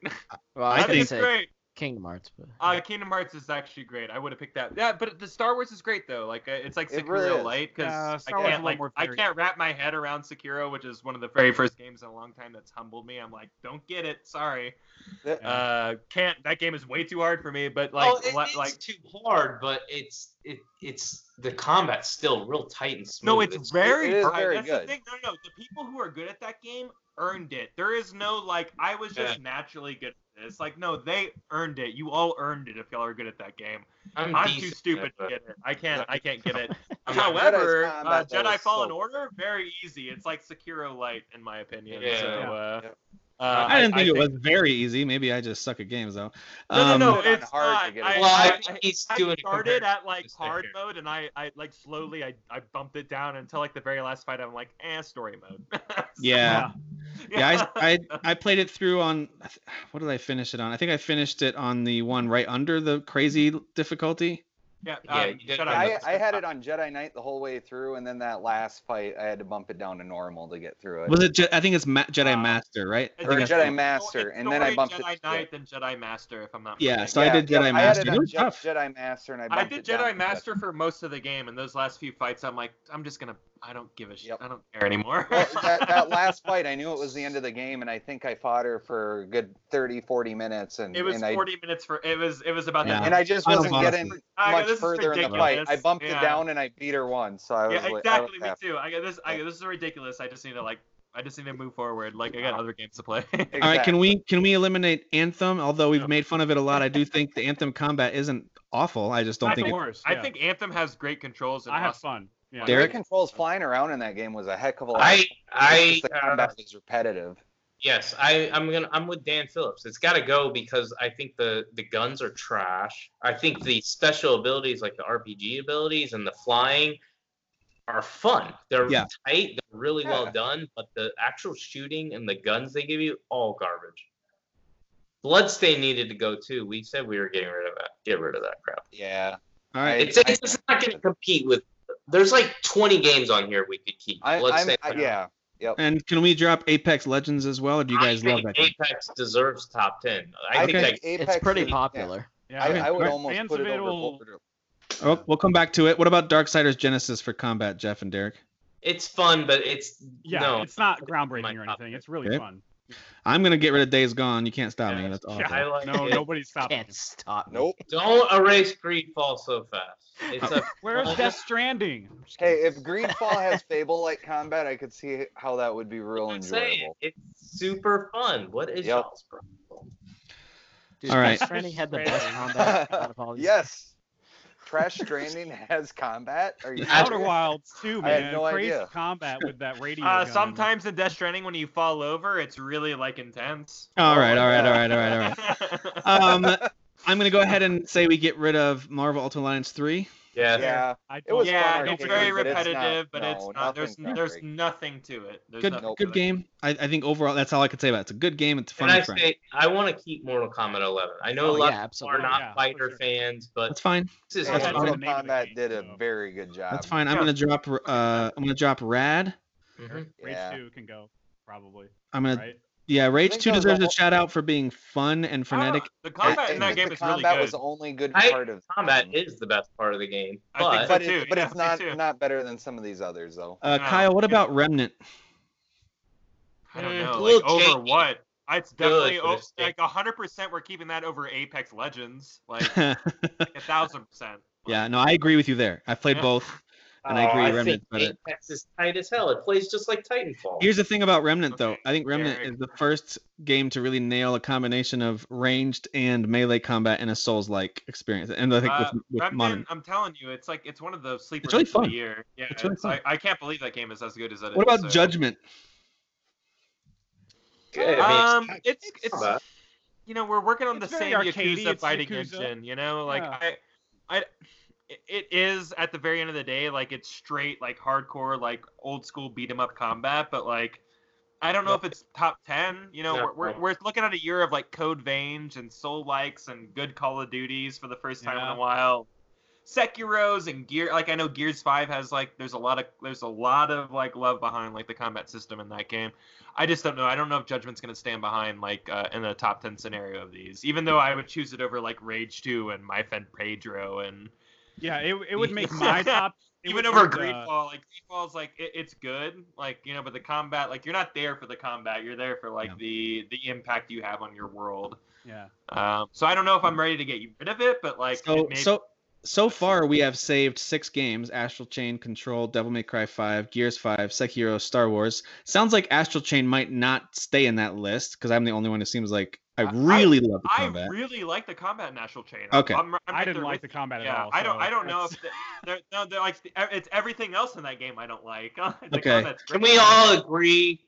[SPEAKER 9] Well,
[SPEAKER 7] [LAUGHS]
[SPEAKER 9] I,
[SPEAKER 7] That
[SPEAKER 9] think
[SPEAKER 7] is
[SPEAKER 9] say
[SPEAKER 7] great.
[SPEAKER 9] Kingdom Hearts, but
[SPEAKER 7] Uh, Kingdom Hearts is actually great. I would have picked that. Yeah, but the Star Wars is great though. Like uh, it's like
[SPEAKER 10] It
[SPEAKER 7] Sekiro
[SPEAKER 10] really is.
[SPEAKER 7] Light
[SPEAKER 8] Yeah,
[SPEAKER 7] because
[SPEAKER 8] Star
[SPEAKER 7] I
[SPEAKER 8] Wars is a lot
[SPEAKER 7] can't like
[SPEAKER 8] more
[SPEAKER 7] I
[SPEAKER 8] varied.
[SPEAKER 7] can't wrap my head around Sekiro, which is one of the very first games in a long time that's humbled me. I'm like, don't get it. Sorry.
[SPEAKER 10] That-
[SPEAKER 7] Uh, can't. That game is way too hard for me. But like,
[SPEAKER 6] Like, oh, it-
[SPEAKER 7] li-
[SPEAKER 6] it's
[SPEAKER 7] like
[SPEAKER 6] too hard, but it's it it's the combat's still real tight and smooth.
[SPEAKER 7] No, it's, very
[SPEAKER 10] it is
[SPEAKER 7] hard.
[SPEAKER 10] very
[SPEAKER 7] That's
[SPEAKER 10] good.
[SPEAKER 7] The thing. No, no, no. The people who are good at that game earned it. There is no like I was just naturally good at this. Like no, they earned it. You all earned it if y'all are good at that game.
[SPEAKER 6] I'm,
[SPEAKER 7] I'm
[SPEAKER 6] decent
[SPEAKER 7] too
[SPEAKER 6] at it,
[SPEAKER 7] stupid to
[SPEAKER 6] but
[SPEAKER 7] get it. I can't. I can't get it.
[SPEAKER 6] I'm not-
[SPEAKER 7] However,
[SPEAKER 10] Jedi's
[SPEAKER 7] uh,
[SPEAKER 10] combat, though,
[SPEAKER 7] Jedi
[SPEAKER 10] is
[SPEAKER 7] Fallen
[SPEAKER 10] so-
[SPEAKER 7] Order very easy. It's like Sekiro Light in my opinion.
[SPEAKER 6] Yeah.
[SPEAKER 7] So,
[SPEAKER 8] Yeah.
[SPEAKER 7] uh,
[SPEAKER 10] Yeah.
[SPEAKER 7] uh,
[SPEAKER 5] I didn't think, it was very easy. Maybe I just suck at games though.
[SPEAKER 7] No, no, no,
[SPEAKER 10] Um, Put it on
[SPEAKER 7] it's
[SPEAKER 10] hard
[SPEAKER 7] not.
[SPEAKER 10] to get
[SPEAKER 7] I,
[SPEAKER 10] it.
[SPEAKER 6] Well, I
[SPEAKER 7] I-
[SPEAKER 6] think he's
[SPEAKER 7] I
[SPEAKER 6] doing it compared
[SPEAKER 7] started at like
[SPEAKER 6] to stick
[SPEAKER 7] hard
[SPEAKER 6] here.
[SPEAKER 7] mode and I, I like slowly I, I bumped it down until like the very last fight I'm like eh story mode. [LAUGHS] So,
[SPEAKER 5] Yeah. Yeah,
[SPEAKER 7] yeah.
[SPEAKER 5] I, I I played it through on I th- what did I finish it on? I think I finished it on the one right under the crazy difficulty.
[SPEAKER 7] yeah,
[SPEAKER 6] Yeah,
[SPEAKER 7] um,
[SPEAKER 6] you did
[SPEAKER 7] shut up.
[SPEAKER 10] I,
[SPEAKER 6] That's
[SPEAKER 10] I had it on Jedi Knight the whole way through, and then that last fight, I had to bump it down to normal to get through it.
[SPEAKER 5] Was it? Je- I think it's Ma- Jedi
[SPEAKER 7] Uh,
[SPEAKER 5] Master, right? I
[SPEAKER 7] It's
[SPEAKER 10] or
[SPEAKER 5] think
[SPEAKER 7] like
[SPEAKER 5] I-
[SPEAKER 7] a
[SPEAKER 10] Jedi
[SPEAKER 7] story-
[SPEAKER 10] Master,
[SPEAKER 7] it's
[SPEAKER 10] and then I
[SPEAKER 7] story
[SPEAKER 10] bumped it
[SPEAKER 7] Jedi
[SPEAKER 10] to-
[SPEAKER 7] Knight then Jedi Master if I'm not
[SPEAKER 5] Yeah,
[SPEAKER 7] mistaken.
[SPEAKER 5] so I did Jedi
[SPEAKER 10] I
[SPEAKER 5] Master.
[SPEAKER 10] Had it
[SPEAKER 5] It
[SPEAKER 10] on
[SPEAKER 5] was
[SPEAKER 10] Je-
[SPEAKER 5] tough.
[SPEAKER 10] Jedi Master, and I,
[SPEAKER 7] I
[SPEAKER 10] bumped
[SPEAKER 7] did
[SPEAKER 10] it down to
[SPEAKER 7] Jedi
[SPEAKER 10] Jedi-
[SPEAKER 7] Master for most of the game, and those last few fights, I'm like, I'm just gonna, I don't give a shit,
[SPEAKER 10] Yep.
[SPEAKER 7] I don't care anymore.
[SPEAKER 10] well, that,
[SPEAKER 7] [LAUGHS]
[SPEAKER 10] that last fight, I knew it was the end of the game, and I think I fought her for a good 30, 40 minutes, and
[SPEAKER 7] it was
[SPEAKER 10] and I,
[SPEAKER 7] 40 minutes for, it was, it was about
[SPEAKER 5] Yeah.
[SPEAKER 7] the
[SPEAKER 10] and I just
[SPEAKER 5] Final
[SPEAKER 10] wasn't
[SPEAKER 5] boss.
[SPEAKER 10] getting
[SPEAKER 7] I-
[SPEAKER 10] much
[SPEAKER 7] this is
[SPEAKER 10] further in the fight. I
[SPEAKER 7] ridiculous.
[SPEAKER 10] bumped
[SPEAKER 7] Yeah.
[SPEAKER 10] it down, and I beat her once, so I was
[SPEAKER 7] yeah,
[SPEAKER 10] like, "Oh,
[SPEAKER 7] exactly.
[SPEAKER 10] I was
[SPEAKER 7] Me
[SPEAKER 10] happy.
[SPEAKER 7] too. I got this. I this is ridiculous. I just need to like. I just need to move forward. Like I got other games to play.
[SPEAKER 10] Exactly.
[SPEAKER 5] All right, can we can we eliminate Anthem? Although we've
[SPEAKER 7] No.
[SPEAKER 5] made fun of it a lot, I do think the Anthem combat isn't awful. I just don't
[SPEAKER 7] [LAUGHS]
[SPEAKER 8] Not
[SPEAKER 5] think
[SPEAKER 8] the
[SPEAKER 5] it,
[SPEAKER 8] worst.
[SPEAKER 7] I
[SPEAKER 8] yeah.
[SPEAKER 7] think Anthem has great controls. And
[SPEAKER 8] I have
[SPEAKER 7] awesome-
[SPEAKER 8] fun. Yeah.
[SPEAKER 10] Three
[SPEAKER 5] Derek?
[SPEAKER 10] controls flying around in that game was a heck of a lot.
[SPEAKER 6] I
[SPEAKER 10] It's
[SPEAKER 6] I
[SPEAKER 10] just the
[SPEAKER 6] uh,
[SPEAKER 10] combat was repetitive.
[SPEAKER 6] yes I I'm gonna I'm with Dan Phillips. It's got to go because I think the the guns are trash. I think the special abilities like the RPG abilities and the flying are fun. They're
[SPEAKER 5] Yeah.
[SPEAKER 6] tight. They're really well
[SPEAKER 10] Yeah.
[SPEAKER 6] done. But the actual shooting and the guns they give you all garbage. Bloodstain needed to go too. We said we were getting rid of that. Get rid of that crap.
[SPEAKER 10] Yeah.
[SPEAKER 5] All right,
[SPEAKER 6] It's, it's, it's not going to compete with. There's like 20 games on here we could keep.
[SPEAKER 10] I,
[SPEAKER 6] Let's
[SPEAKER 10] I'm,
[SPEAKER 6] say
[SPEAKER 10] I, yeah.
[SPEAKER 5] and can we drop Apex Legends as well? Or do you guys
[SPEAKER 6] I
[SPEAKER 5] love
[SPEAKER 6] think
[SPEAKER 5] that? game?
[SPEAKER 6] Apex deserves top 10. I think
[SPEAKER 5] Okay.
[SPEAKER 6] that
[SPEAKER 10] Apex
[SPEAKER 9] it's pretty
[SPEAKER 10] is- yeah.
[SPEAKER 9] popular.
[SPEAKER 8] Yeah.
[SPEAKER 7] Uh,
[SPEAKER 10] I, I would
[SPEAKER 5] Right.
[SPEAKER 10] almost
[SPEAKER 8] Fans
[SPEAKER 10] put
[SPEAKER 8] of
[SPEAKER 10] it
[SPEAKER 8] it
[SPEAKER 10] over
[SPEAKER 8] will-
[SPEAKER 10] Border-
[SPEAKER 5] Oh, we'll come back to it. What about Darksiders Genesis for combat, Jeff and Derek?
[SPEAKER 6] It's fun, but it's
[SPEAKER 8] Yeah,
[SPEAKER 6] no.
[SPEAKER 8] it's not groundbreaking
[SPEAKER 6] my
[SPEAKER 8] or
[SPEAKER 6] top
[SPEAKER 8] anything. It's really
[SPEAKER 5] Okay.
[SPEAKER 8] fun.
[SPEAKER 5] I'm gonna get rid of Days Gone. You can't stop me. That's awful.
[SPEAKER 8] yeah,
[SPEAKER 6] I like
[SPEAKER 8] No,
[SPEAKER 6] it.
[SPEAKER 8] nobody's stopping.
[SPEAKER 9] Can't stop. me.
[SPEAKER 10] Nope.
[SPEAKER 6] Don't erase Greedfall so [LAUGHS] fast. It's a
[SPEAKER 8] Where's
[SPEAKER 6] Well,
[SPEAKER 8] Death Stranding?
[SPEAKER 10] Hey, if Greenfall has Fable-like combat, I could see how that would be real
[SPEAKER 6] I'm saying
[SPEAKER 10] enjoyable.
[SPEAKER 6] it's super fun. What is
[SPEAKER 10] Yep.
[SPEAKER 6] y'all's problem?
[SPEAKER 9] Dude,
[SPEAKER 5] All right.
[SPEAKER 9] Death Stranding had the best
[SPEAKER 10] [LAUGHS]
[SPEAKER 9] combat out of all these.
[SPEAKER 10] yes. Trash Stranding has combat. Are you
[SPEAKER 8] Outer
[SPEAKER 10] serious?
[SPEAKER 8] Wilds too,
[SPEAKER 10] I had
[SPEAKER 8] man.
[SPEAKER 10] no
[SPEAKER 8] Crazy
[SPEAKER 10] idea.
[SPEAKER 8] combat with that radio.
[SPEAKER 7] Uh,
[SPEAKER 8] gun.
[SPEAKER 7] sometimes in Death Stranding, when you fall over, it's really like intense.
[SPEAKER 5] All right, all right, all right, all right, all right.
[SPEAKER 7] [LAUGHS] right.
[SPEAKER 5] Um, I'm gonna go ahead and say we get rid of Marvel Ultimate Alliance three.
[SPEAKER 6] Yeah.
[SPEAKER 10] Yeah.
[SPEAKER 8] I
[SPEAKER 10] It was
[SPEAKER 7] yeah,
[SPEAKER 10] fun
[SPEAKER 7] it's
[SPEAKER 10] arcade,
[SPEAKER 7] very
[SPEAKER 10] but it's not-
[SPEAKER 7] repetitive, but
[SPEAKER 10] no,
[SPEAKER 7] it's not. There's
[SPEAKER 10] nothing
[SPEAKER 7] there's
[SPEAKER 10] groundbreaking.
[SPEAKER 7] nothing to it. There's
[SPEAKER 5] Good,
[SPEAKER 7] nothing
[SPEAKER 5] good
[SPEAKER 7] to it.
[SPEAKER 5] game. I, I think overall that's all I could say about it. It's a good game. It's fun.
[SPEAKER 6] And I
[SPEAKER 5] and fun.
[SPEAKER 6] say I want to keep Mortal Kombat 11. I know a
[SPEAKER 9] Oh,
[SPEAKER 6] lot
[SPEAKER 9] yeah,
[SPEAKER 6] of people are
[SPEAKER 9] absolutely.
[SPEAKER 6] not
[SPEAKER 8] Yeah, for
[SPEAKER 6] fighter
[SPEAKER 8] sure.
[SPEAKER 6] fans, but
[SPEAKER 5] That's fine.
[SPEAKER 6] this is
[SPEAKER 10] And
[SPEAKER 8] That's
[SPEAKER 6] awesome.
[SPEAKER 8] fine.
[SPEAKER 10] Mortal
[SPEAKER 8] the name of the
[SPEAKER 10] Kombat
[SPEAKER 8] game,
[SPEAKER 10] did a
[SPEAKER 8] so.
[SPEAKER 10] very good job.
[SPEAKER 5] That's fine. I'm
[SPEAKER 7] Yeah.
[SPEAKER 5] gonna drop. Uh, I'm gonna drop Rad.
[SPEAKER 6] Mhm.
[SPEAKER 8] Rage
[SPEAKER 10] Yeah.
[SPEAKER 8] two can go probably.
[SPEAKER 5] I'm
[SPEAKER 9] Uh,
[SPEAKER 5] gonna.
[SPEAKER 8] Right.
[SPEAKER 5] Yeah,
[SPEAKER 10] I
[SPEAKER 5] Rage
[SPEAKER 10] think
[SPEAKER 5] two
[SPEAKER 10] that was
[SPEAKER 5] deserves
[SPEAKER 10] the
[SPEAKER 5] a
[SPEAKER 10] whole-
[SPEAKER 5] shout out for being fun and
[SPEAKER 7] I don't
[SPEAKER 5] frenetic.
[SPEAKER 7] know, The
[SPEAKER 10] I
[SPEAKER 7] combat in
[SPEAKER 10] think
[SPEAKER 7] that game
[SPEAKER 10] the
[SPEAKER 7] is really
[SPEAKER 10] combat was
[SPEAKER 7] good.
[SPEAKER 10] the only good
[SPEAKER 6] I-
[SPEAKER 10] part of
[SPEAKER 6] Combat
[SPEAKER 10] it,
[SPEAKER 6] is the best part of the game,
[SPEAKER 7] I think
[SPEAKER 6] but
[SPEAKER 7] so.
[SPEAKER 10] [LAUGHS] but,
[SPEAKER 7] too,
[SPEAKER 10] it, but
[SPEAKER 7] yeah,
[SPEAKER 10] it's
[SPEAKER 7] me
[SPEAKER 10] not
[SPEAKER 7] too.
[SPEAKER 10] not better than some of these others though.
[SPEAKER 5] Uh,
[SPEAKER 7] No.
[SPEAKER 5] Kyle, what about Remnant? [LAUGHS]
[SPEAKER 7] I don't
[SPEAKER 5] Eh,
[SPEAKER 6] Mm,
[SPEAKER 7] know.
[SPEAKER 6] a
[SPEAKER 7] Like
[SPEAKER 6] little
[SPEAKER 7] over
[SPEAKER 6] janky.
[SPEAKER 7] what? It's definitely
[SPEAKER 6] Good, but
[SPEAKER 7] o-
[SPEAKER 6] it's
[SPEAKER 7] like hundred percent. We're keeping that over Apex Legends, like
[SPEAKER 5] [LAUGHS]
[SPEAKER 7] a thousand percent.
[SPEAKER 5] yeah, no, I agree with you there. I played
[SPEAKER 7] Yeah.
[SPEAKER 5] both. And I agree,
[SPEAKER 6] Oh,
[SPEAKER 5] Remnant's
[SPEAKER 6] think
[SPEAKER 5] better.
[SPEAKER 6] Apex is tight as hell. It plays just like Titanfall.
[SPEAKER 5] Here's the thing about Remnant, though.
[SPEAKER 7] Okay,
[SPEAKER 5] I think Remnant
[SPEAKER 7] Derek.
[SPEAKER 5] is the first game to really nail a combination of ranged and melee combat in a Souls-like experience, and I think
[SPEAKER 7] Uh,
[SPEAKER 5] with, with
[SPEAKER 7] Remnant,
[SPEAKER 5] modern.
[SPEAKER 7] I'm telling you, it's like it's one of the sleepers
[SPEAKER 5] really
[SPEAKER 7] of the
[SPEAKER 5] fun.
[SPEAKER 7] year. Yeah,
[SPEAKER 5] It's really fun.
[SPEAKER 7] I, I can't believe that game is as good as it is.
[SPEAKER 5] What about
[SPEAKER 7] so-
[SPEAKER 5] Judgment?
[SPEAKER 6] Yeah, I mean,
[SPEAKER 7] Um, it's it's
[SPEAKER 6] combat.
[SPEAKER 7] you know we're working on
[SPEAKER 8] It's
[SPEAKER 7] the
[SPEAKER 8] very
[SPEAKER 7] same
[SPEAKER 8] arcadey,
[SPEAKER 7] Yakuza
[SPEAKER 8] it's
[SPEAKER 7] fighting
[SPEAKER 8] Yakuza.
[SPEAKER 7] engine. You know, like
[SPEAKER 8] Yeah.
[SPEAKER 7] I, I, it is at the very end of the day like it's straight like hardcore like old school beat 'em up combat, but like. I don't know if it's top ten. You know,
[SPEAKER 6] Yeah.
[SPEAKER 7] we're, we're, we're looking at a year of like Code Vange and Soul Likes and good Call of Duties for the first time in
[SPEAKER 8] Yeah.
[SPEAKER 7] a while. Sekiro's and Gear, like I know Gears Five has like there's a lot of there's a lot of like love behind like the combat system in that game. I just don't know. I don't know if Judgment's gonna stand behind like uh, in the top ten scenario of these. Even though I would choose it over like Rage Two and My Friend Pedro and
[SPEAKER 8] Yeah, it, it would
[SPEAKER 9] [LAUGHS]
[SPEAKER 8] make my top. it
[SPEAKER 7] even
[SPEAKER 8] would
[SPEAKER 7] over
[SPEAKER 8] make, uh,
[SPEAKER 7] Greedfall. Like Greedfall's like it, it's good, like you know, but the combat like you're not there for the combat. You're there for like
[SPEAKER 5] Yeah.
[SPEAKER 7] the the impact you have on your world.
[SPEAKER 8] Yeah.
[SPEAKER 7] Um, so I don't know if I'm ready to get rid of it, but like
[SPEAKER 5] so
[SPEAKER 7] it may-
[SPEAKER 5] so so far we have saved six games: Astral Chain, Control, Devil May Cry Five, Gears Five, Sekiro, Star Wars. Sounds like Astral Chain might not stay in that list because I'm the only one who seems like I
[SPEAKER 7] I- I-
[SPEAKER 5] really love the
[SPEAKER 7] I
[SPEAKER 5] combat.
[SPEAKER 7] really like the combat in Astral Chain.
[SPEAKER 5] Okay.
[SPEAKER 7] I'm, I'm
[SPEAKER 8] I
[SPEAKER 7] right
[SPEAKER 8] didn't
[SPEAKER 7] there
[SPEAKER 8] like
[SPEAKER 7] with
[SPEAKER 8] the combat
[SPEAKER 7] yeah,
[SPEAKER 8] at all.
[SPEAKER 7] I don't.
[SPEAKER 8] so
[SPEAKER 7] I don't know
[SPEAKER 8] that's-
[SPEAKER 7] if they- they're, no, they're like it's everything else in that game I don't like. [LAUGHS] The
[SPEAKER 5] Okay.
[SPEAKER 7] combat's
[SPEAKER 6] Can
[SPEAKER 7] great.
[SPEAKER 6] we all agree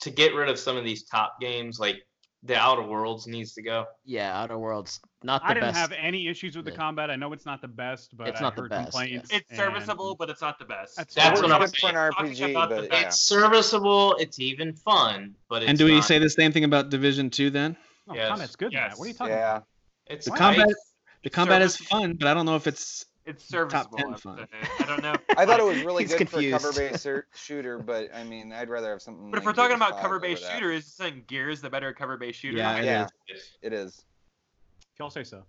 [SPEAKER 6] to get rid of some of these top games? Like the Outer Worlds needs to
[SPEAKER 10] Oh,
[SPEAKER 6] go.
[SPEAKER 9] Yeah, Outer Worlds, not [LAUGHS] the
[SPEAKER 8] I didn't
[SPEAKER 9] best.
[SPEAKER 8] have any issues with the
[SPEAKER 9] Yeah.
[SPEAKER 8] combat. I know it's not the best, but
[SPEAKER 9] It's
[SPEAKER 8] I
[SPEAKER 9] not the
[SPEAKER 8] heard
[SPEAKER 9] best,
[SPEAKER 8] complaints.
[SPEAKER 7] It's
[SPEAKER 8] and-
[SPEAKER 7] serviceable, but it's not the best.
[SPEAKER 8] That's
[SPEAKER 6] That's what
[SPEAKER 10] It was
[SPEAKER 6] I'm
[SPEAKER 10] good for an
[SPEAKER 6] saying.
[SPEAKER 10] RPG,
[SPEAKER 7] about the
[SPEAKER 10] but yeah.
[SPEAKER 6] It's serviceable. It's even fun, but it's
[SPEAKER 5] and do we
[SPEAKER 6] not-
[SPEAKER 5] say the same thing about Division Two then?
[SPEAKER 8] No,
[SPEAKER 6] Yes.
[SPEAKER 8] combat's Oh, good. in
[SPEAKER 7] Yes.
[SPEAKER 8] that. What are you talking
[SPEAKER 10] Yeah.
[SPEAKER 8] about?
[SPEAKER 6] It's
[SPEAKER 5] The
[SPEAKER 6] nice.
[SPEAKER 5] combat- The combat is
[SPEAKER 7] Serviceable.
[SPEAKER 5] fun, but I don't know if it's
[SPEAKER 7] It's serviceable.
[SPEAKER 5] 10
[SPEAKER 7] I would
[SPEAKER 5] fun.
[SPEAKER 7] say. I don't know.
[SPEAKER 10] [LAUGHS] I thought it was really
[SPEAKER 9] He's
[SPEAKER 10] good
[SPEAKER 9] confused.
[SPEAKER 10] for cover-based ser- shooter, but I mean, I'd rather have something.
[SPEAKER 7] But if
[SPEAKER 10] like
[SPEAKER 7] we're talking
[SPEAKER 10] Gears
[SPEAKER 7] about
[SPEAKER 10] 5
[SPEAKER 7] cover-based
[SPEAKER 10] over that.
[SPEAKER 7] shooters, isn't Gears the better cover-based shooter?
[SPEAKER 5] Yeah, it
[SPEAKER 10] yeah,
[SPEAKER 6] is.
[SPEAKER 10] it is.
[SPEAKER 8] If y'all say so.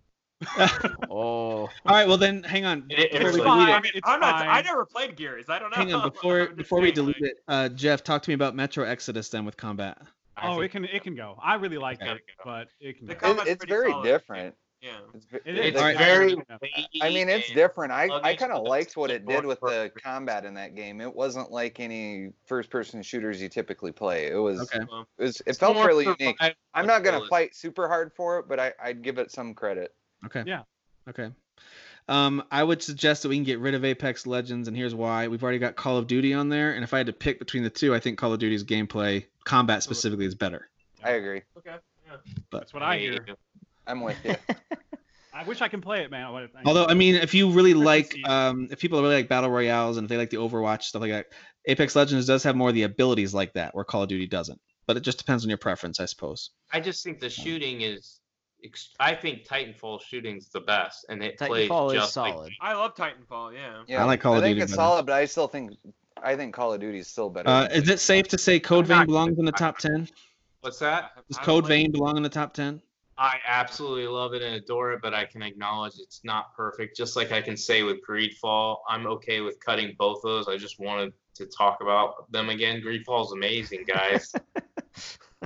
[SPEAKER 9] Oh,
[SPEAKER 5] All right, well then, hang on.
[SPEAKER 6] It- it
[SPEAKER 5] Before
[SPEAKER 6] is
[SPEAKER 5] we
[SPEAKER 6] like-
[SPEAKER 5] delete
[SPEAKER 7] I
[SPEAKER 5] it-
[SPEAKER 7] mean,
[SPEAKER 8] It's
[SPEAKER 7] I'm not. I
[SPEAKER 8] fine.
[SPEAKER 7] never played Gears. I don't know. [LAUGHS]
[SPEAKER 5] hang on
[SPEAKER 7] I'm
[SPEAKER 5] before
[SPEAKER 7] just
[SPEAKER 5] before we
[SPEAKER 7] saying,
[SPEAKER 5] delete
[SPEAKER 7] like,
[SPEAKER 5] it. Uh, Jeff, talk to me about Metro Exodus then with combat.
[SPEAKER 6] I
[SPEAKER 8] Oh, it
[SPEAKER 6] think-
[SPEAKER 8] can it can go. I really like
[SPEAKER 7] Okay.
[SPEAKER 8] it, but it can
[SPEAKER 7] The
[SPEAKER 8] go.
[SPEAKER 10] It-
[SPEAKER 7] combat's
[SPEAKER 10] it's
[SPEAKER 7] pretty
[SPEAKER 10] very
[SPEAKER 7] solid.
[SPEAKER 10] different.
[SPEAKER 7] Yeah.
[SPEAKER 10] It's, ve-
[SPEAKER 8] It
[SPEAKER 6] It's
[SPEAKER 8] is.
[SPEAKER 10] different.
[SPEAKER 6] very.
[SPEAKER 10] I mean, it's
[SPEAKER 6] weighty.
[SPEAKER 10] different. I,
[SPEAKER 6] Love
[SPEAKER 10] I
[SPEAKER 6] each
[SPEAKER 10] kind of
[SPEAKER 6] other.
[SPEAKER 10] liked what it did with the
[SPEAKER 6] Support.
[SPEAKER 10] combat in that game. It wasn't like any first-person shooters you typically play. It was
[SPEAKER 5] Okay.
[SPEAKER 10] it was it
[SPEAKER 6] It's
[SPEAKER 10] felt
[SPEAKER 6] more
[SPEAKER 10] fairly
[SPEAKER 6] survival
[SPEAKER 10] unique. I'm not gonna
[SPEAKER 6] ability.
[SPEAKER 10] fight super hard for it, but I, I'd give it some credit.
[SPEAKER 5] Okay.
[SPEAKER 8] Yeah.
[SPEAKER 5] Okay. Um, I would suggest that we can get rid of Apex Legends, and here's why. We've already got Call of Duty on there, and if I had to pick between the two, I think Call of Duty's gameplay, combat specifically, is better.
[SPEAKER 10] I agree.
[SPEAKER 7] Okay. Yeah.
[SPEAKER 8] That's what I
[SPEAKER 6] Yeah.
[SPEAKER 8] hear.
[SPEAKER 10] I'm with
[SPEAKER 5] [LAUGHS]
[SPEAKER 10] you.
[SPEAKER 8] I wish I can play it, man. What-
[SPEAKER 5] Although, I mean, if you really
[SPEAKER 8] can
[SPEAKER 5] like,
[SPEAKER 8] see.
[SPEAKER 5] um, if people really like battle royales and if they like the Overwatch stuff like that, Apex Legends does have more of the abilities like that, where Call of Duty doesn't. But it just depends on your preference, I suppose.
[SPEAKER 6] I just think the shooting is. ex- I think Titanfall shooting's the best, and it
[SPEAKER 9] Titanfall
[SPEAKER 6] plays
[SPEAKER 9] is
[SPEAKER 6] just like-
[SPEAKER 9] solid.
[SPEAKER 7] I love Titanfall. Yeah.
[SPEAKER 10] Yeah.
[SPEAKER 5] I like Call of
[SPEAKER 10] I think
[SPEAKER 5] Duty
[SPEAKER 10] it's
[SPEAKER 5] better.
[SPEAKER 10] solid, but I still think I think Call of Duty is still better.
[SPEAKER 5] Uh,
[SPEAKER 10] than
[SPEAKER 5] is it safe to say Code Vein belongs in the top ten?
[SPEAKER 6] What's that?
[SPEAKER 5] Does
[SPEAKER 7] I
[SPEAKER 5] Code
[SPEAKER 7] like-
[SPEAKER 5] Vein belong in the top ten?
[SPEAKER 6] I absolutely love it and adore it, but I can acknowledge it's not perfect. Just like I can say with Greedfall, I'm okay with cutting both of those. I just wanted to talk about them again. Greedfall's amazing, guys.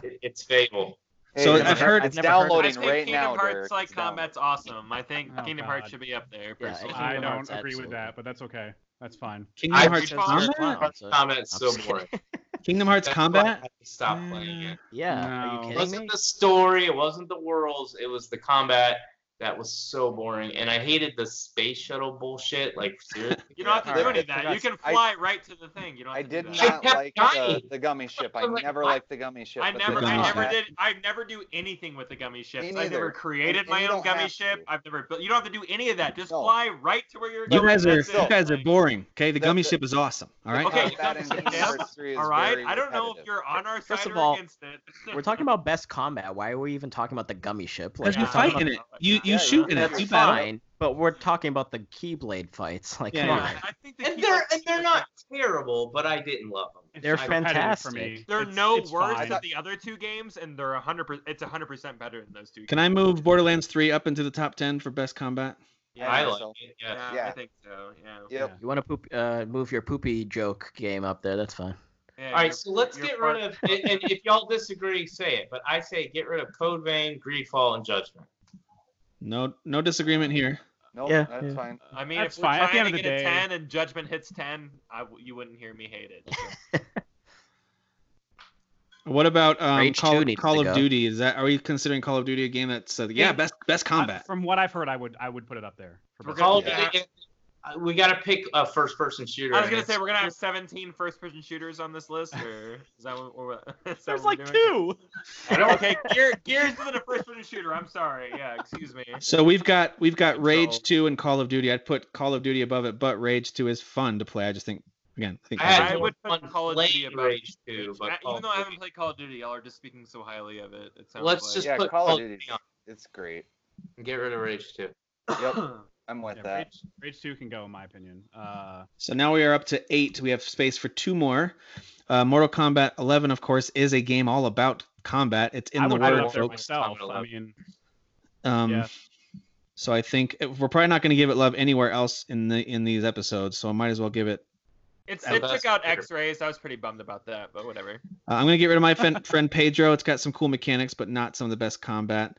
[SPEAKER 6] It- it's Fable.
[SPEAKER 5] So
[SPEAKER 10] it's-
[SPEAKER 5] I've heard-
[SPEAKER 10] it's
[SPEAKER 9] I've never
[SPEAKER 7] I
[SPEAKER 9] heard of
[SPEAKER 10] downloading
[SPEAKER 7] think
[SPEAKER 10] right
[SPEAKER 7] Kingdom
[SPEAKER 10] now.
[SPEAKER 7] Hearts
[SPEAKER 10] Derek.
[SPEAKER 7] like
[SPEAKER 10] It's downloading.
[SPEAKER 7] combat's awesome. I think
[SPEAKER 8] Oh,
[SPEAKER 7] Kingdom
[SPEAKER 8] God.
[SPEAKER 7] Hearts should be up there.
[SPEAKER 9] Yeah,
[SPEAKER 7] personally.
[SPEAKER 9] Kingdom
[SPEAKER 8] I don't
[SPEAKER 9] Hearts,
[SPEAKER 8] agree with
[SPEAKER 9] absolutely.
[SPEAKER 8] that, but that's okay. That's fine.
[SPEAKER 5] Kingdom
[SPEAKER 6] I
[SPEAKER 5] Hearts
[SPEAKER 6] just wanted
[SPEAKER 5] Combat.
[SPEAKER 6] to Combat? Combat's so boring.
[SPEAKER 5] Kingdom Hearts
[SPEAKER 6] That's
[SPEAKER 5] Combat.
[SPEAKER 6] why I Stop playing it.
[SPEAKER 9] Yeah,
[SPEAKER 8] No.
[SPEAKER 9] are you
[SPEAKER 6] It
[SPEAKER 9] kidding
[SPEAKER 6] wasn't
[SPEAKER 9] me?
[SPEAKER 6] the story. It wasn't the worlds. It was the combat that was so boring, and I hated the space shuttle bullshit. Like seriously,
[SPEAKER 7] You don't have to
[SPEAKER 10] Alright,
[SPEAKER 7] do any
[SPEAKER 10] I
[SPEAKER 7] of that.
[SPEAKER 10] forgot-
[SPEAKER 7] You can
[SPEAKER 10] I-
[SPEAKER 7] fly right to the thing. You don't. Have
[SPEAKER 10] I
[SPEAKER 7] to [LAUGHS]
[SPEAKER 10] did
[SPEAKER 7] do that.
[SPEAKER 10] not
[SPEAKER 6] kept
[SPEAKER 10] like the,
[SPEAKER 6] dying.
[SPEAKER 10] the gummy ship. I
[SPEAKER 7] [LAUGHS]
[SPEAKER 6] I'm like,
[SPEAKER 10] never
[SPEAKER 6] I-
[SPEAKER 10] liked the gummy ship.
[SPEAKER 7] I
[SPEAKER 10] but
[SPEAKER 7] never,
[SPEAKER 10] this
[SPEAKER 7] I
[SPEAKER 10] is
[SPEAKER 7] never
[SPEAKER 10] that. [LAUGHS]
[SPEAKER 7] did. I never do anything with the gummy ships. I've
[SPEAKER 10] neither.
[SPEAKER 7] never created
[SPEAKER 10] And- and
[SPEAKER 7] my
[SPEAKER 10] you
[SPEAKER 7] own
[SPEAKER 10] don't
[SPEAKER 7] gummy
[SPEAKER 10] have
[SPEAKER 7] ship.
[SPEAKER 10] to.
[SPEAKER 7] I've never built. You don't have to do any of that. Just
[SPEAKER 10] No.
[SPEAKER 7] fly right to where you're
[SPEAKER 5] You
[SPEAKER 7] going.
[SPEAKER 5] guys are
[SPEAKER 7] That's it.
[SPEAKER 5] you guys are
[SPEAKER 7] Like,
[SPEAKER 5] boring. Okay, the
[SPEAKER 10] The-
[SPEAKER 5] gummy
[SPEAKER 10] the-
[SPEAKER 5] ship is awesome. All right.
[SPEAKER 10] The
[SPEAKER 7] Okay, you
[SPEAKER 10] combat
[SPEAKER 7] guys
[SPEAKER 10] in
[SPEAKER 7] are
[SPEAKER 10] Kingdom
[SPEAKER 7] dumb.
[SPEAKER 10] Hearts 3 is
[SPEAKER 7] All right.
[SPEAKER 10] very
[SPEAKER 7] I don't know if
[SPEAKER 10] repetitive.
[SPEAKER 7] you're on our
[SPEAKER 9] First
[SPEAKER 7] side
[SPEAKER 9] of
[SPEAKER 7] or
[SPEAKER 9] all,
[SPEAKER 7] against it. [LAUGHS]
[SPEAKER 9] We're talking about best combat. Why are we even talking about the gummy ship?
[SPEAKER 5] There's
[SPEAKER 9] Like,
[SPEAKER 5] no
[SPEAKER 9] we're
[SPEAKER 7] Yeah.
[SPEAKER 5] fight
[SPEAKER 9] talking
[SPEAKER 5] in
[SPEAKER 9] about-
[SPEAKER 5] it. You you
[SPEAKER 10] Yeah,
[SPEAKER 5] shoot in
[SPEAKER 10] yeah.
[SPEAKER 5] it.
[SPEAKER 9] That's
[SPEAKER 5] You battle.
[SPEAKER 9] fine, but we're talking about the Keyblade fights. [LAUGHS] Like,
[SPEAKER 5] Yeah,
[SPEAKER 9] come
[SPEAKER 5] yeah.
[SPEAKER 9] on.
[SPEAKER 7] Yeah, I think the
[SPEAKER 6] [LAUGHS] and
[SPEAKER 7] key
[SPEAKER 6] they're
[SPEAKER 7] was-
[SPEAKER 6] and they're not terrible, but I didn't love them.
[SPEAKER 8] It's
[SPEAKER 9] They're
[SPEAKER 8] just repetitive For
[SPEAKER 9] fantastic.
[SPEAKER 8] me.
[SPEAKER 7] There are
[SPEAKER 8] It's-
[SPEAKER 7] no
[SPEAKER 8] it's
[SPEAKER 7] words
[SPEAKER 8] fine.
[SPEAKER 7] at the other two games, and they're 100%. It's 100% better than those two.
[SPEAKER 5] Can
[SPEAKER 7] games.
[SPEAKER 5] I move Borderlands 3 up into the top 10 for best combat?
[SPEAKER 7] Yeah,
[SPEAKER 6] I
[SPEAKER 10] think
[SPEAKER 6] like
[SPEAKER 10] so.
[SPEAKER 6] it. Yeah.
[SPEAKER 7] Yeah,
[SPEAKER 10] Yeah.
[SPEAKER 7] I think so. Yeah.
[SPEAKER 10] Yep.
[SPEAKER 9] You want to poop, uh, move your poopy joke game up there? That's fine.
[SPEAKER 7] Yeah,
[SPEAKER 6] All right,
[SPEAKER 7] you're-
[SPEAKER 6] so let's
[SPEAKER 7] you're
[SPEAKER 6] get
[SPEAKER 7] part-
[SPEAKER 6] rid
[SPEAKER 7] [LAUGHS]
[SPEAKER 6] of. And and if y'all disagree, say it. But I say get rid of Code Vein, Greedfall, and Judgment.
[SPEAKER 5] No no disagreement here.
[SPEAKER 1] Oh,
[SPEAKER 10] Nope,
[SPEAKER 9] Yeah,
[SPEAKER 10] that's
[SPEAKER 9] yeah.
[SPEAKER 10] fine.
[SPEAKER 7] I mean,
[SPEAKER 8] That's
[SPEAKER 7] if we're
[SPEAKER 8] fine. At the
[SPEAKER 7] trying
[SPEAKER 8] end
[SPEAKER 7] to
[SPEAKER 8] of the
[SPEAKER 7] get
[SPEAKER 8] day-
[SPEAKER 7] a 10 and Judgment hits 10, I w- you wouldn't hear me hate it. so.
[SPEAKER 5] What about um,
[SPEAKER 9] Rage
[SPEAKER 5] Call,
[SPEAKER 9] 2 needs
[SPEAKER 5] Call
[SPEAKER 9] to
[SPEAKER 5] of
[SPEAKER 9] go.
[SPEAKER 5] Duty? Is that are we considering Call of Duty a game that's uh, yeah
[SPEAKER 8] Yeah.
[SPEAKER 5] best best
[SPEAKER 8] I-
[SPEAKER 5] combat?
[SPEAKER 8] from what I've heard, I would I would put it up there. for
[SPEAKER 7] We're
[SPEAKER 8] best
[SPEAKER 6] Call
[SPEAKER 8] combat.
[SPEAKER 6] of
[SPEAKER 7] Yeah.
[SPEAKER 6] Duty- uh, We got to pick a first-person shooter.
[SPEAKER 7] I was
[SPEAKER 6] and
[SPEAKER 7] gonna say
[SPEAKER 6] it's-
[SPEAKER 7] we're gonna have 17 first-person shooters on this list, or is that what? [LAUGHS] Or what is that
[SPEAKER 9] There's
[SPEAKER 7] what
[SPEAKER 9] like
[SPEAKER 7] we're doing?
[SPEAKER 9] two.
[SPEAKER 6] I don't-
[SPEAKER 7] okay, Gear, Gears isn't a first-person shooter. I'm sorry. Yeah, excuse me.
[SPEAKER 5] So we've got we've got Rage
[SPEAKER 7] So-
[SPEAKER 5] 2 and Call of Duty. I'd put Call of Duty above it, but Rage 2 is fun to play. I just think again, I think
[SPEAKER 6] I had
[SPEAKER 7] I would
[SPEAKER 6] one
[SPEAKER 7] put Call of
[SPEAKER 6] Blade
[SPEAKER 7] Duty above
[SPEAKER 6] Rage 2, but
[SPEAKER 7] I-
[SPEAKER 6] Call
[SPEAKER 7] even
[SPEAKER 6] of
[SPEAKER 7] though I
[SPEAKER 6] Duty-
[SPEAKER 7] haven't played Call of Duty, y'all are just speaking so highly of it. it sounds
[SPEAKER 6] Let's
[SPEAKER 7] like.
[SPEAKER 6] just
[SPEAKER 10] Yeah,
[SPEAKER 6] put
[SPEAKER 10] Call of Duty.
[SPEAKER 6] on
[SPEAKER 10] It's great.
[SPEAKER 6] and get rid of Rage 2.
[SPEAKER 10] Yep, I'm with
[SPEAKER 8] Yeah,
[SPEAKER 10] that.
[SPEAKER 8] Rage, Rage Two can go in my opinion. Uh,
[SPEAKER 5] So now we are up to eight. We have space for two more. Uh, Mortal Kombat 11, of course, is a game all about combat. It's in
[SPEAKER 8] I
[SPEAKER 5] the
[SPEAKER 8] would put it
[SPEAKER 5] word,
[SPEAKER 8] up there
[SPEAKER 5] folks.
[SPEAKER 8] myself.
[SPEAKER 6] Combat
[SPEAKER 8] I mean,
[SPEAKER 5] Um,
[SPEAKER 8] Yeah.
[SPEAKER 5] So I think we're probably not going to give it love anywhere else in the in these episodes. So I might as well give it.
[SPEAKER 7] It's,
[SPEAKER 6] At
[SPEAKER 7] it
[SPEAKER 6] best,
[SPEAKER 7] took out
[SPEAKER 6] later.
[SPEAKER 7] X-rays. I was pretty bummed about that, but whatever.
[SPEAKER 5] Uh, I'm going to get rid of my fen- friend Pedro. It's got some cool mechanics, but not some of the best combat.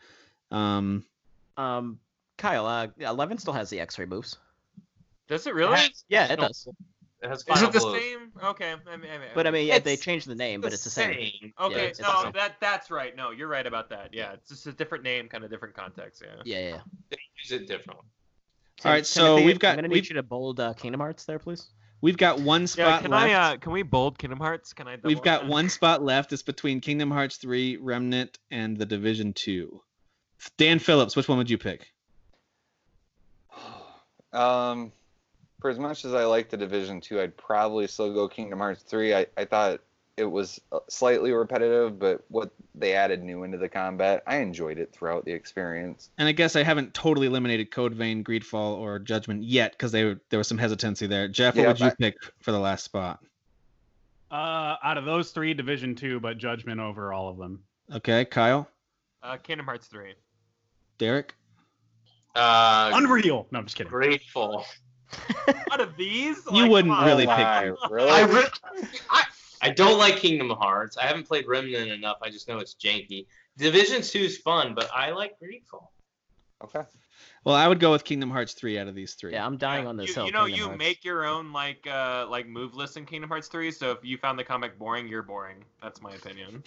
[SPEAKER 5] Um,
[SPEAKER 9] Um, Kyle, uh, Eleven still has the X-ray moves.
[SPEAKER 7] Does it really?
[SPEAKER 9] Yeah, it does.
[SPEAKER 6] It has
[SPEAKER 7] Is
[SPEAKER 6] Final
[SPEAKER 7] it the
[SPEAKER 6] Blow.
[SPEAKER 7] same? Okay. I mean, I mean,
[SPEAKER 9] But I mean, yeah, they
[SPEAKER 6] It's
[SPEAKER 9] changed the name, but it's the same.
[SPEAKER 7] Okay,
[SPEAKER 9] it's the
[SPEAKER 7] no,
[SPEAKER 9] same.
[SPEAKER 7] that that's right. No, you're right about that. Yeah, it's just a different name, kind of different context. Yeah.
[SPEAKER 9] Yeah, yeah. yeah.
[SPEAKER 6] Use it differently.
[SPEAKER 5] All right, so
[SPEAKER 9] Timothy,
[SPEAKER 5] we've got-
[SPEAKER 9] I'm gonna
[SPEAKER 5] we've-
[SPEAKER 9] need you to bold uh, Kingdom Hearts there, please.
[SPEAKER 5] we've got one spot
[SPEAKER 7] can
[SPEAKER 5] left.
[SPEAKER 7] I? Uh, can we bold Kingdom Hearts? Can I?
[SPEAKER 5] we've got one spot left. It's between Kingdom Hearts 3, Remnant, and The Division 2. Dan Phillips, which one would you pick?
[SPEAKER 10] [SIGHS] Um, for as much as I like the Division Two, I'd probably still go Kingdom Hearts Three. I, I thought it was uh, slightly repetitive, but what they added new into the combat, I enjoyed it throughout the experience.
[SPEAKER 5] and I guess I haven't totally eliminated Code Vein, Greedfall, or Judgment yet because they were- there was some hesitancy there. Jeff, what
[SPEAKER 10] Yeah,
[SPEAKER 5] would you
[SPEAKER 10] but-
[SPEAKER 5] pick for the last spot?
[SPEAKER 8] uh, out of those three, Division Two, but Judgment over all of them.
[SPEAKER 5] Okay, Kyle,
[SPEAKER 7] Uh, Kingdom Hearts three.
[SPEAKER 5] Derek.
[SPEAKER 6] Uh,
[SPEAKER 8] Unreal. No, I'm just kidding.
[SPEAKER 6] Grateful.
[SPEAKER 7] Out of these,
[SPEAKER 5] You wouldn't really pick.
[SPEAKER 10] my, really?
[SPEAKER 6] I, re- I I don't like Kingdom Hearts. I haven't played Remnant enough. I just know it's janky. Division Two's fun, but I like Greedfall.
[SPEAKER 10] okay.
[SPEAKER 5] Well, I would go with Kingdom Hearts three out of these three.
[SPEAKER 9] Yeah, I'm dying on this
[SPEAKER 7] you,
[SPEAKER 9] hill.
[SPEAKER 7] you know,
[SPEAKER 9] Kingdom
[SPEAKER 7] you
[SPEAKER 9] Hearts.
[SPEAKER 7] make your own like uh like move list in Kingdom Hearts three. So if you found the comic boring, you're boring. That's my opinion.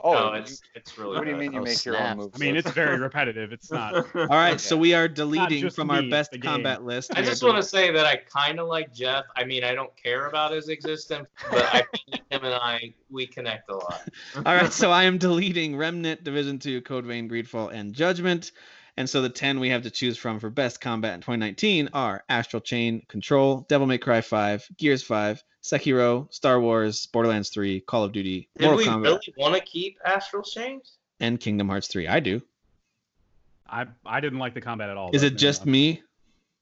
[SPEAKER 10] Oh,
[SPEAKER 6] no,
[SPEAKER 10] you-
[SPEAKER 6] it's it's really.
[SPEAKER 10] what do you
[SPEAKER 6] bad.
[SPEAKER 10] mean you
[SPEAKER 9] Oh,
[SPEAKER 10] make your
[SPEAKER 9] snap.
[SPEAKER 10] own moves?
[SPEAKER 8] I mean, it's
[SPEAKER 5] [LAUGHS]
[SPEAKER 8] very repetitive. It's not.
[SPEAKER 7] [LAUGHS]
[SPEAKER 5] All right,
[SPEAKER 10] Okay.
[SPEAKER 5] so we are deleting
[SPEAKER 8] just
[SPEAKER 5] from our
[SPEAKER 8] me,
[SPEAKER 5] best
[SPEAKER 8] the game.
[SPEAKER 5] combat list.
[SPEAKER 6] I
[SPEAKER 5] we are
[SPEAKER 6] just want to
[SPEAKER 5] deleting-
[SPEAKER 6] say that I kind of like Jeff. I mean, I don't care about his existence, but I think [LAUGHS] him and I we connect a lot.
[SPEAKER 5] [LAUGHS] All right, so I am deleting Remnant, Division two, Code Vein, Greedfall, and Judgment. And so the ten we have to choose from for best combat in 2019 are Astral Chain, Control, Devil May Cry five, Gears five, Sekiro, Star Wars, Borderlands three, Call of Duty,
[SPEAKER 6] Did
[SPEAKER 5] Mortal
[SPEAKER 6] we
[SPEAKER 5] Kombat.
[SPEAKER 6] really want to keep Astral Chains?
[SPEAKER 5] and Kingdom Hearts 3. I do.
[SPEAKER 8] I I didn't like the combat at all.
[SPEAKER 5] Is
[SPEAKER 8] but, uh,
[SPEAKER 5] it
[SPEAKER 8] you
[SPEAKER 5] just
[SPEAKER 8] know,
[SPEAKER 5] me?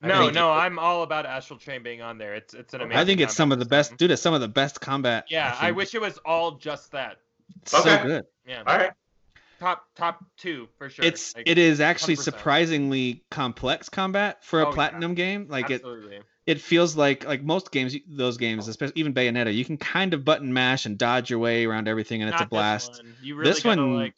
[SPEAKER 7] no,
[SPEAKER 5] think-
[SPEAKER 7] no, I'm all about Astral Chain being on there. It's it's an amazing.
[SPEAKER 5] I think it's
[SPEAKER 7] combat
[SPEAKER 5] some of the
[SPEAKER 7] system.
[SPEAKER 5] best, dude. It's some of the best combat.
[SPEAKER 7] Yeah, I,
[SPEAKER 5] think.
[SPEAKER 7] wish it was all just that.
[SPEAKER 5] It's
[SPEAKER 6] Okay.
[SPEAKER 5] so good.
[SPEAKER 7] Yeah.
[SPEAKER 6] All right.
[SPEAKER 7] top top two for sure.
[SPEAKER 5] It's
[SPEAKER 7] Like,
[SPEAKER 5] it is actually
[SPEAKER 7] 100%.
[SPEAKER 5] surprisingly complex combat for
[SPEAKER 7] Oh,
[SPEAKER 5] a
[SPEAKER 7] yeah.
[SPEAKER 5] platinum game. Like it
[SPEAKER 7] absolutely.
[SPEAKER 5] it feels like like most games, those games, especially even Bayonetta, you can kind of button mash and dodge your way around everything, and it's
[SPEAKER 7] Not
[SPEAKER 5] a blast.
[SPEAKER 7] This one. You really
[SPEAKER 5] This
[SPEAKER 7] gotta,
[SPEAKER 5] one-
[SPEAKER 7] like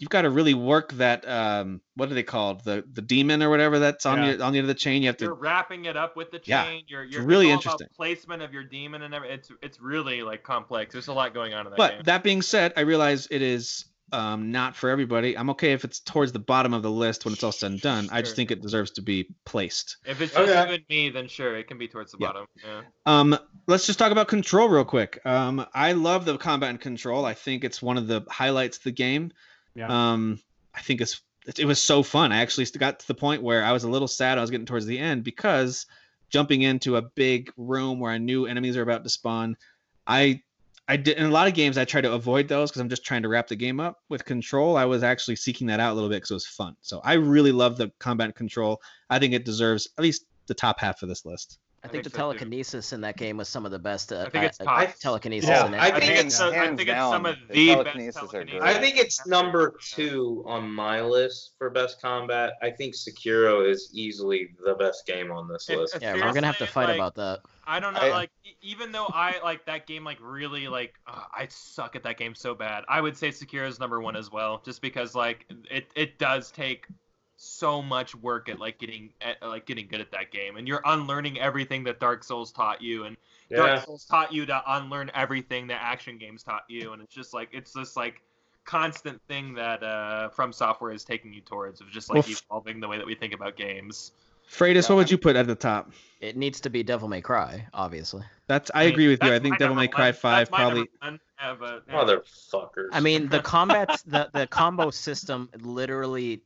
[SPEAKER 5] You've got to really work that um what are they called the the demon or whatever that's on
[SPEAKER 8] Yeah.
[SPEAKER 5] your on the end of the chain. You have
[SPEAKER 7] you're
[SPEAKER 5] to
[SPEAKER 7] wrapping it up with the
[SPEAKER 5] Yeah,
[SPEAKER 7] chain. You're, you're
[SPEAKER 5] really
[SPEAKER 7] all about
[SPEAKER 5] interesting.
[SPEAKER 7] placement of your demon and everything. It's it's really like complex. There's a lot going on in that
[SPEAKER 5] But
[SPEAKER 7] game.
[SPEAKER 5] that being said, I realize it is um, not for everybody. I'm okay if it's towards the bottom of the list when it's all said and done. I
[SPEAKER 7] Sure.
[SPEAKER 5] just think it deserves to be placed.
[SPEAKER 7] If it's just
[SPEAKER 1] Okay.
[SPEAKER 7] you and me, then sure, it can be towards the
[SPEAKER 5] Yeah.
[SPEAKER 7] bottom. Yeah.
[SPEAKER 5] Um, let's just talk about control real quick. Um, I love the combat and control. I think it's one of the highlights of the game.
[SPEAKER 8] Yeah.
[SPEAKER 5] Um, I think it's it was so fun. I actually got to the point where I was a little sad. I was getting towards the end because jumping into a big room where I knew enemies are about to spawn. I I did in a lot of games I try to avoid those because I'm just trying to wrap the game up. With control, I was actually seeking that out a little bit because it was fun. So I really love the combat and control. I think it deserves at least the top half of this list.
[SPEAKER 9] I
[SPEAKER 7] I
[SPEAKER 9] think
[SPEAKER 7] think
[SPEAKER 9] the
[SPEAKER 7] so, too.
[SPEAKER 9] telekinesis in that game was some of the best. Uh,
[SPEAKER 7] I think it's
[SPEAKER 9] uh,
[SPEAKER 7] top.
[SPEAKER 9] telekinesis
[SPEAKER 1] Yeah,
[SPEAKER 9] in it.
[SPEAKER 1] I
[SPEAKER 7] I
[SPEAKER 1] think
[SPEAKER 7] think
[SPEAKER 1] Hands-
[SPEAKER 7] it's, some- I
[SPEAKER 10] hands
[SPEAKER 7] think it's
[SPEAKER 10] down,
[SPEAKER 7] some of
[SPEAKER 10] the
[SPEAKER 7] the
[SPEAKER 10] telekinesis
[SPEAKER 7] best
[SPEAKER 10] are
[SPEAKER 7] telekinesis.
[SPEAKER 10] great.
[SPEAKER 6] I think it's number two on my list for best combat. I think Sekiro is easily the best game on this
[SPEAKER 7] If-
[SPEAKER 6] list.
[SPEAKER 7] if
[SPEAKER 9] Yeah, we're gonna have to
[SPEAKER 7] seriously,
[SPEAKER 9] fight
[SPEAKER 7] like,
[SPEAKER 9] about that.
[SPEAKER 7] I don't know,
[SPEAKER 10] I-
[SPEAKER 7] like e- even though I like that game, like really, like uh, I suck at that game so bad. I would say Sekiro's number one as well, just because like it it does take so much work at like getting at, like getting good at that game, and you're unlearning everything that Dark Souls taught you, and Dark Souls taught you to unlearn everything that action games taught you, and it's just like it's this like constant thing that uh from software is taking you towards of just like
[SPEAKER 5] Well, f-
[SPEAKER 7] evolving the way that we think about games.
[SPEAKER 5] Freitas,
[SPEAKER 10] Yeah,
[SPEAKER 5] what would
[SPEAKER 10] I'm-
[SPEAKER 5] you put at the top?
[SPEAKER 9] It needs to be Devil May Cry, obviously.
[SPEAKER 5] That's I
[SPEAKER 7] mean,
[SPEAKER 5] agree with you. I
[SPEAKER 7] that's my
[SPEAKER 5] think Devil May
[SPEAKER 7] number
[SPEAKER 5] Cry
[SPEAKER 7] one-
[SPEAKER 5] Five
[SPEAKER 7] that's my number
[SPEAKER 5] probably.
[SPEAKER 7] one, yeah, but- yeah.
[SPEAKER 6] Motherfuckers.
[SPEAKER 9] I
[SPEAKER 7] [LAUGHS]
[SPEAKER 9] mean, the combat, the the combo system literally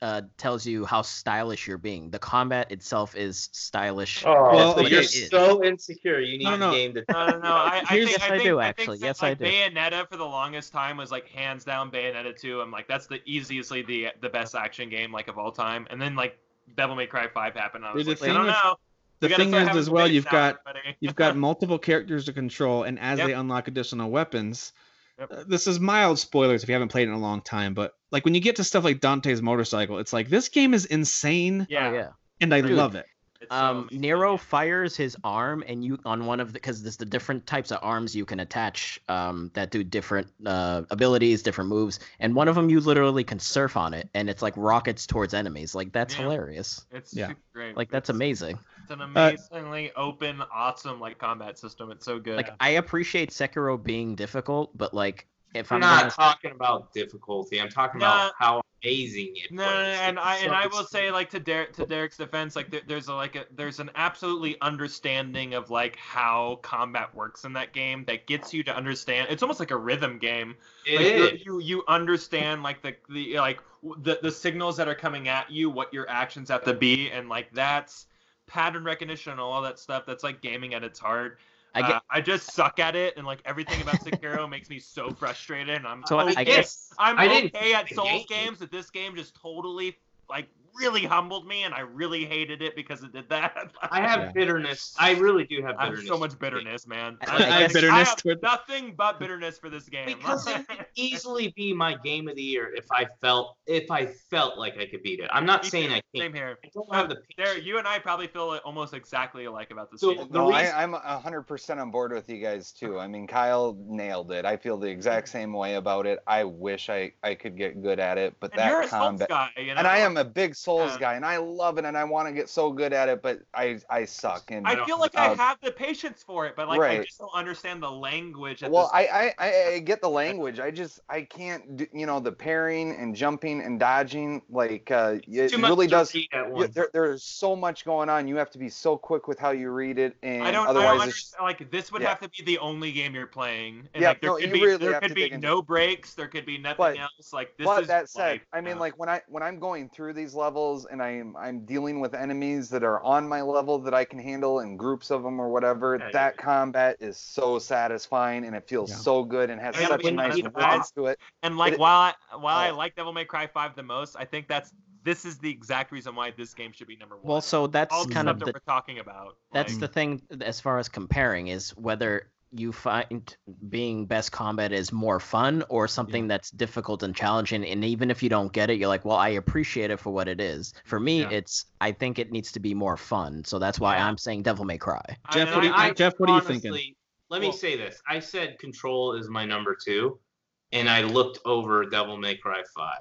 [SPEAKER 9] uh, tells you how stylish you're being. The combat itself is stylish.
[SPEAKER 6] Oh,
[SPEAKER 5] Well,
[SPEAKER 6] you're
[SPEAKER 5] okay.
[SPEAKER 6] so insecure. You need
[SPEAKER 5] No, no.
[SPEAKER 6] a game to.
[SPEAKER 7] I don't know. I, I
[SPEAKER 5] Here's-
[SPEAKER 7] think,
[SPEAKER 9] Yes,
[SPEAKER 7] I,
[SPEAKER 9] I
[SPEAKER 7] think,
[SPEAKER 9] do,
[SPEAKER 7] I
[SPEAKER 9] actually.
[SPEAKER 7] Think that,
[SPEAKER 9] Yes, I
[SPEAKER 7] like,
[SPEAKER 9] do.
[SPEAKER 7] Bayonetta for the longest time was like hands down Bayonetta 2. I'm like, that's the easiestly the the best action game like of all time. And then like Devil May Cry 5 happened. And I was
[SPEAKER 5] The
[SPEAKER 7] like, I
[SPEAKER 5] thing
[SPEAKER 7] don't
[SPEAKER 5] is-
[SPEAKER 7] know.
[SPEAKER 5] The
[SPEAKER 7] We gotta
[SPEAKER 5] thing
[SPEAKER 7] start
[SPEAKER 5] is,
[SPEAKER 7] having
[SPEAKER 5] as well,
[SPEAKER 7] debates
[SPEAKER 5] you've
[SPEAKER 7] now,
[SPEAKER 5] got
[SPEAKER 7] everybody.
[SPEAKER 5] you've got multiple characters to control, and as they unlock additional weapons,
[SPEAKER 7] Yep.
[SPEAKER 5] uh, this is mild spoilers if you haven't played it in a long time. But like when you get to stuff like Dante's motorcycle, it's like this game is insane,
[SPEAKER 7] yeah.
[SPEAKER 9] Oh, yeah.
[SPEAKER 5] and I
[SPEAKER 7] Dude.
[SPEAKER 5] love it.
[SPEAKER 7] It's so
[SPEAKER 9] Um,
[SPEAKER 7] amazing.
[SPEAKER 9] Nero fires his arm, and you on one of the because there's the different types of arms you can attach um, that do different uh, abilities, different moves, and one of them you literally can surf on it, and it's like rockets towards enemies. Like that's
[SPEAKER 7] Yeah.
[SPEAKER 9] hilarious.
[SPEAKER 7] It's
[SPEAKER 5] Yeah.
[SPEAKER 7] super great.
[SPEAKER 9] Like that's
[SPEAKER 7] It's-
[SPEAKER 9] amazing.
[SPEAKER 7] It's an amazingly open, awesome like combat system. It's so good.
[SPEAKER 9] Like I appreciate Sekiro being difficult, but like if
[SPEAKER 6] I'm
[SPEAKER 9] I'm
[SPEAKER 6] not
[SPEAKER 9] honest-
[SPEAKER 6] talking about difficulty. I'm talking
[SPEAKER 7] Nah.
[SPEAKER 6] about how amazing it
[SPEAKER 7] No,
[SPEAKER 6] was.
[SPEAKER 7] no, no, and
[SPEAKER 6] It's
[SPEAKER 7] I and
[SPEAKER 6] so
[SPEAKER 7] I will
[SPEAKER 6] good.
[SPEAKER 7] say like to Derek to Derek's defense, like there, there's a like a there's an absolutely understanding of like how combat works in that game that gets you to understand. It's almost like a rhythm game.
[SPEAKER 6] It
[SPEAKER 7] Like, you're-
[SPEAKER 6] is.
[SPEAKER 7] You you understand like the the like w- the the signals that are coming at you, what your actions have to be, and like that's pattern recognition and all that stuff. That's like gaming at its heart.
[SPEAKER 9] I get-
[SPEAKER 7] Uh, I just suck at it, and like everything about Sekiro makes me so frustrated, and I'm
[SPEAKER 9] So I-
[SPEAKER 7] okay.
[SPEAKER 9] I guess-
[SPEAKER 7] I'm
[SPEAKER 6] I didn't
[SPEAKER 7] okay at
[SPEAKER 6] the
[SPEAKER 7] Souls
[SPEAKER 6] game.
[SPEAKER 7] games, but this game just totally like really humbled me, and I really hated it because it did that. [LAUGHS]
[SPEAKER 6] I have
[SPEAKER 5] Yeah.
[SPEAKER 6] bitterness. I really do have
[SPEAKER 7] I have
[SPEAKER 6] bitterness.
[SPEAKER 7] so much bitterness, man.
[SPEAKER 9] I- I have
[SPEAKER 5] bitterness
[SPEAKER 7] I have
[SPEAKER 5] toward-
[SPEAKER 7] nothing but bitterness for this game. [LAUGHS]
[SPEAKER 6] because it could easily be my game of the year if I felt if I felt like I could beat it. I'm not
[SPEAKER 7] Me
[SPEAKER 6] saying
[SPEAKER 7] too.
[SPEAKER 6] I
[SPEAKER 7] Same
[SPEAKER 6] can't.
[SPEAKER 7] here.
[SPEAKER 6] I don't have the
[SPEAKER 7] There,
[SPEAKER 6] patience.
[SPEAKER 7] you and I probably feel almost exactly alike about this
[SPEAKER 6] So-
[SPEAKER 7] game.
[SPEAKER 6] The
[SPEAKER 10] no,
[SPEAKER 6] reason-
[SPEAKER 10] I, I'm 100% on board with you guys too. I mean, Kyle nailed it. I feel the exact same way about it. I wish I, I could get good at it, but
[SPEAKER 7] And you're a
[SPEAKER 10] that
[SPEAKER 7] Souls
[SPEAKER 10] combat.
[SPEAKER 7] guy, you know?
[SPEAKER 10] And I am a big Souls
[SPEAKER 7] Yeah.
[SPEAKER 10] guy, and I love it, and I want to get so good at it, but I I suck. And
[SPEAKER 7] I feel like I
[SPEAKER 10] um,
[SPEAKER 7] have the patience for it, but like I
[SPEAKER 10] right.
[SPEAKER 7] just don't understand the language. At
[SPEAKER 10] well,
[SPEAKER 7] this
[SPEAKER 10] I, I I I get the language. I just I can't do you know the pairing and jumping and dodging like uh, it
[SPEAKER 6] Too much
[SPEAKER 10] really
[SPEAKER 6] to
[SPEAKER 10] does.
[SPEAKER 6] read at
[SPEAKER 10] Yeah,
[SPEAKER 6] once.
[SPEAKER 10] there, there's so much going on. You have to be so quick with how you read it, and
[SPEAKER 7] I don't,
[SPEAKER 10] otherwise
[SPEAKER 7] I don't
[SPEAKER 10] it's just-
[SPEAKER 7] understand. Like this would
[SPEAKER 10] yeah.
[SPEAKER 7] have to be the only game you're playing. And
[SPEAKER 10] Yeah,
[SPEAKER 7] like there
[SPEAKER 10] no,
[SPEAKER 7] could
[SPEAKER 10] you
[SPEAKER 7] be
[SPEAKER 10] really
[SPEAKER 7] there
[SPEAKER 10] have
[SPEAKER 7] could
[SPEAKER 10] to
[SPEAKER 7] be
[SPEAKER 10] dig into
[SPEAKER 7] no breaks. There could be nothing
[SPEAKER 10] But-
[SPEAKER 7] else. Like this
[SPEAKER 10] but
[SPEAKER 7] is
[SPEAKER 10] that said,
[SPEAKER 7] life,
[SPEAKER 10] I mean,
[SPEAKER 7] uh,
[SPEAKER 10] like when I when I'm going through these levels and I'm I'm dealing with enemies that are on my level that I can handle in groups of them or whatever,
[SPEAKER 6] Yeah,
[SPEAKER 10] that
[SPEAKER 6] yeah.
[SPEAKER 10] combat is so satisfying and it feels
[SPEAKER 5] Yeah.
[SPEAKER 10] so good and has
[SPEAKER 7] Yeah,
[SPEAKER 10] such
[SPEAKER 7] but
[SPEAKER 10] a
[SPEAKER 7] when
[SPEAKER 10] nice
[SPEAKER 7] you
[SPEAKER 10] rhythm
[SPEAKER 7] add-
[SPEAKER 10] to it.
[SPEAKER 7] and like
[SPEAKER 10] it-
[SPEAKER 7] while I, while I
[SPEAKER 10] Oh.
[SPEAKER 7] like Devil May Cry Five the most, I think that's this is the exact reason why this game should be number one.
[SPEAKER 9] well, so that's
[SPEAKER 7] all the
[SPEAKER 9] kind
[SPEAKER 7] stuff
[SPEAKER 9] of
[SPEAKER 7] that
[SPEAKER 9] the
[SPEAKER 7] we're talking about.
[SPEAKER 9] that's
[SPEAKER 7] like,
[SPEAKER 9] the thing as far as comparing is whether you find being best combat is more fun or something that's difficult and challenging and even if you don't get it you're like well i appreciate it for what it is for me
[SPEAKER 8] Yeah.
[SPEAKER 9] it's i think it needs to be more fun so that's why i'm saying devil may cry
[SPEAKER 5] Jeff,
[SPEAKER 6] And
[SPEAKER 5] what do you-
[SPEAKER 6] I- I
[SPEAKER 5] Jeff, what are you thinking?
[SPEAKER 6] honestly- Let me
[SPEAKER 7] Well-
[SPEAKER 6] say this. I said Control is my number two, and I looked over Devil May Cry 5.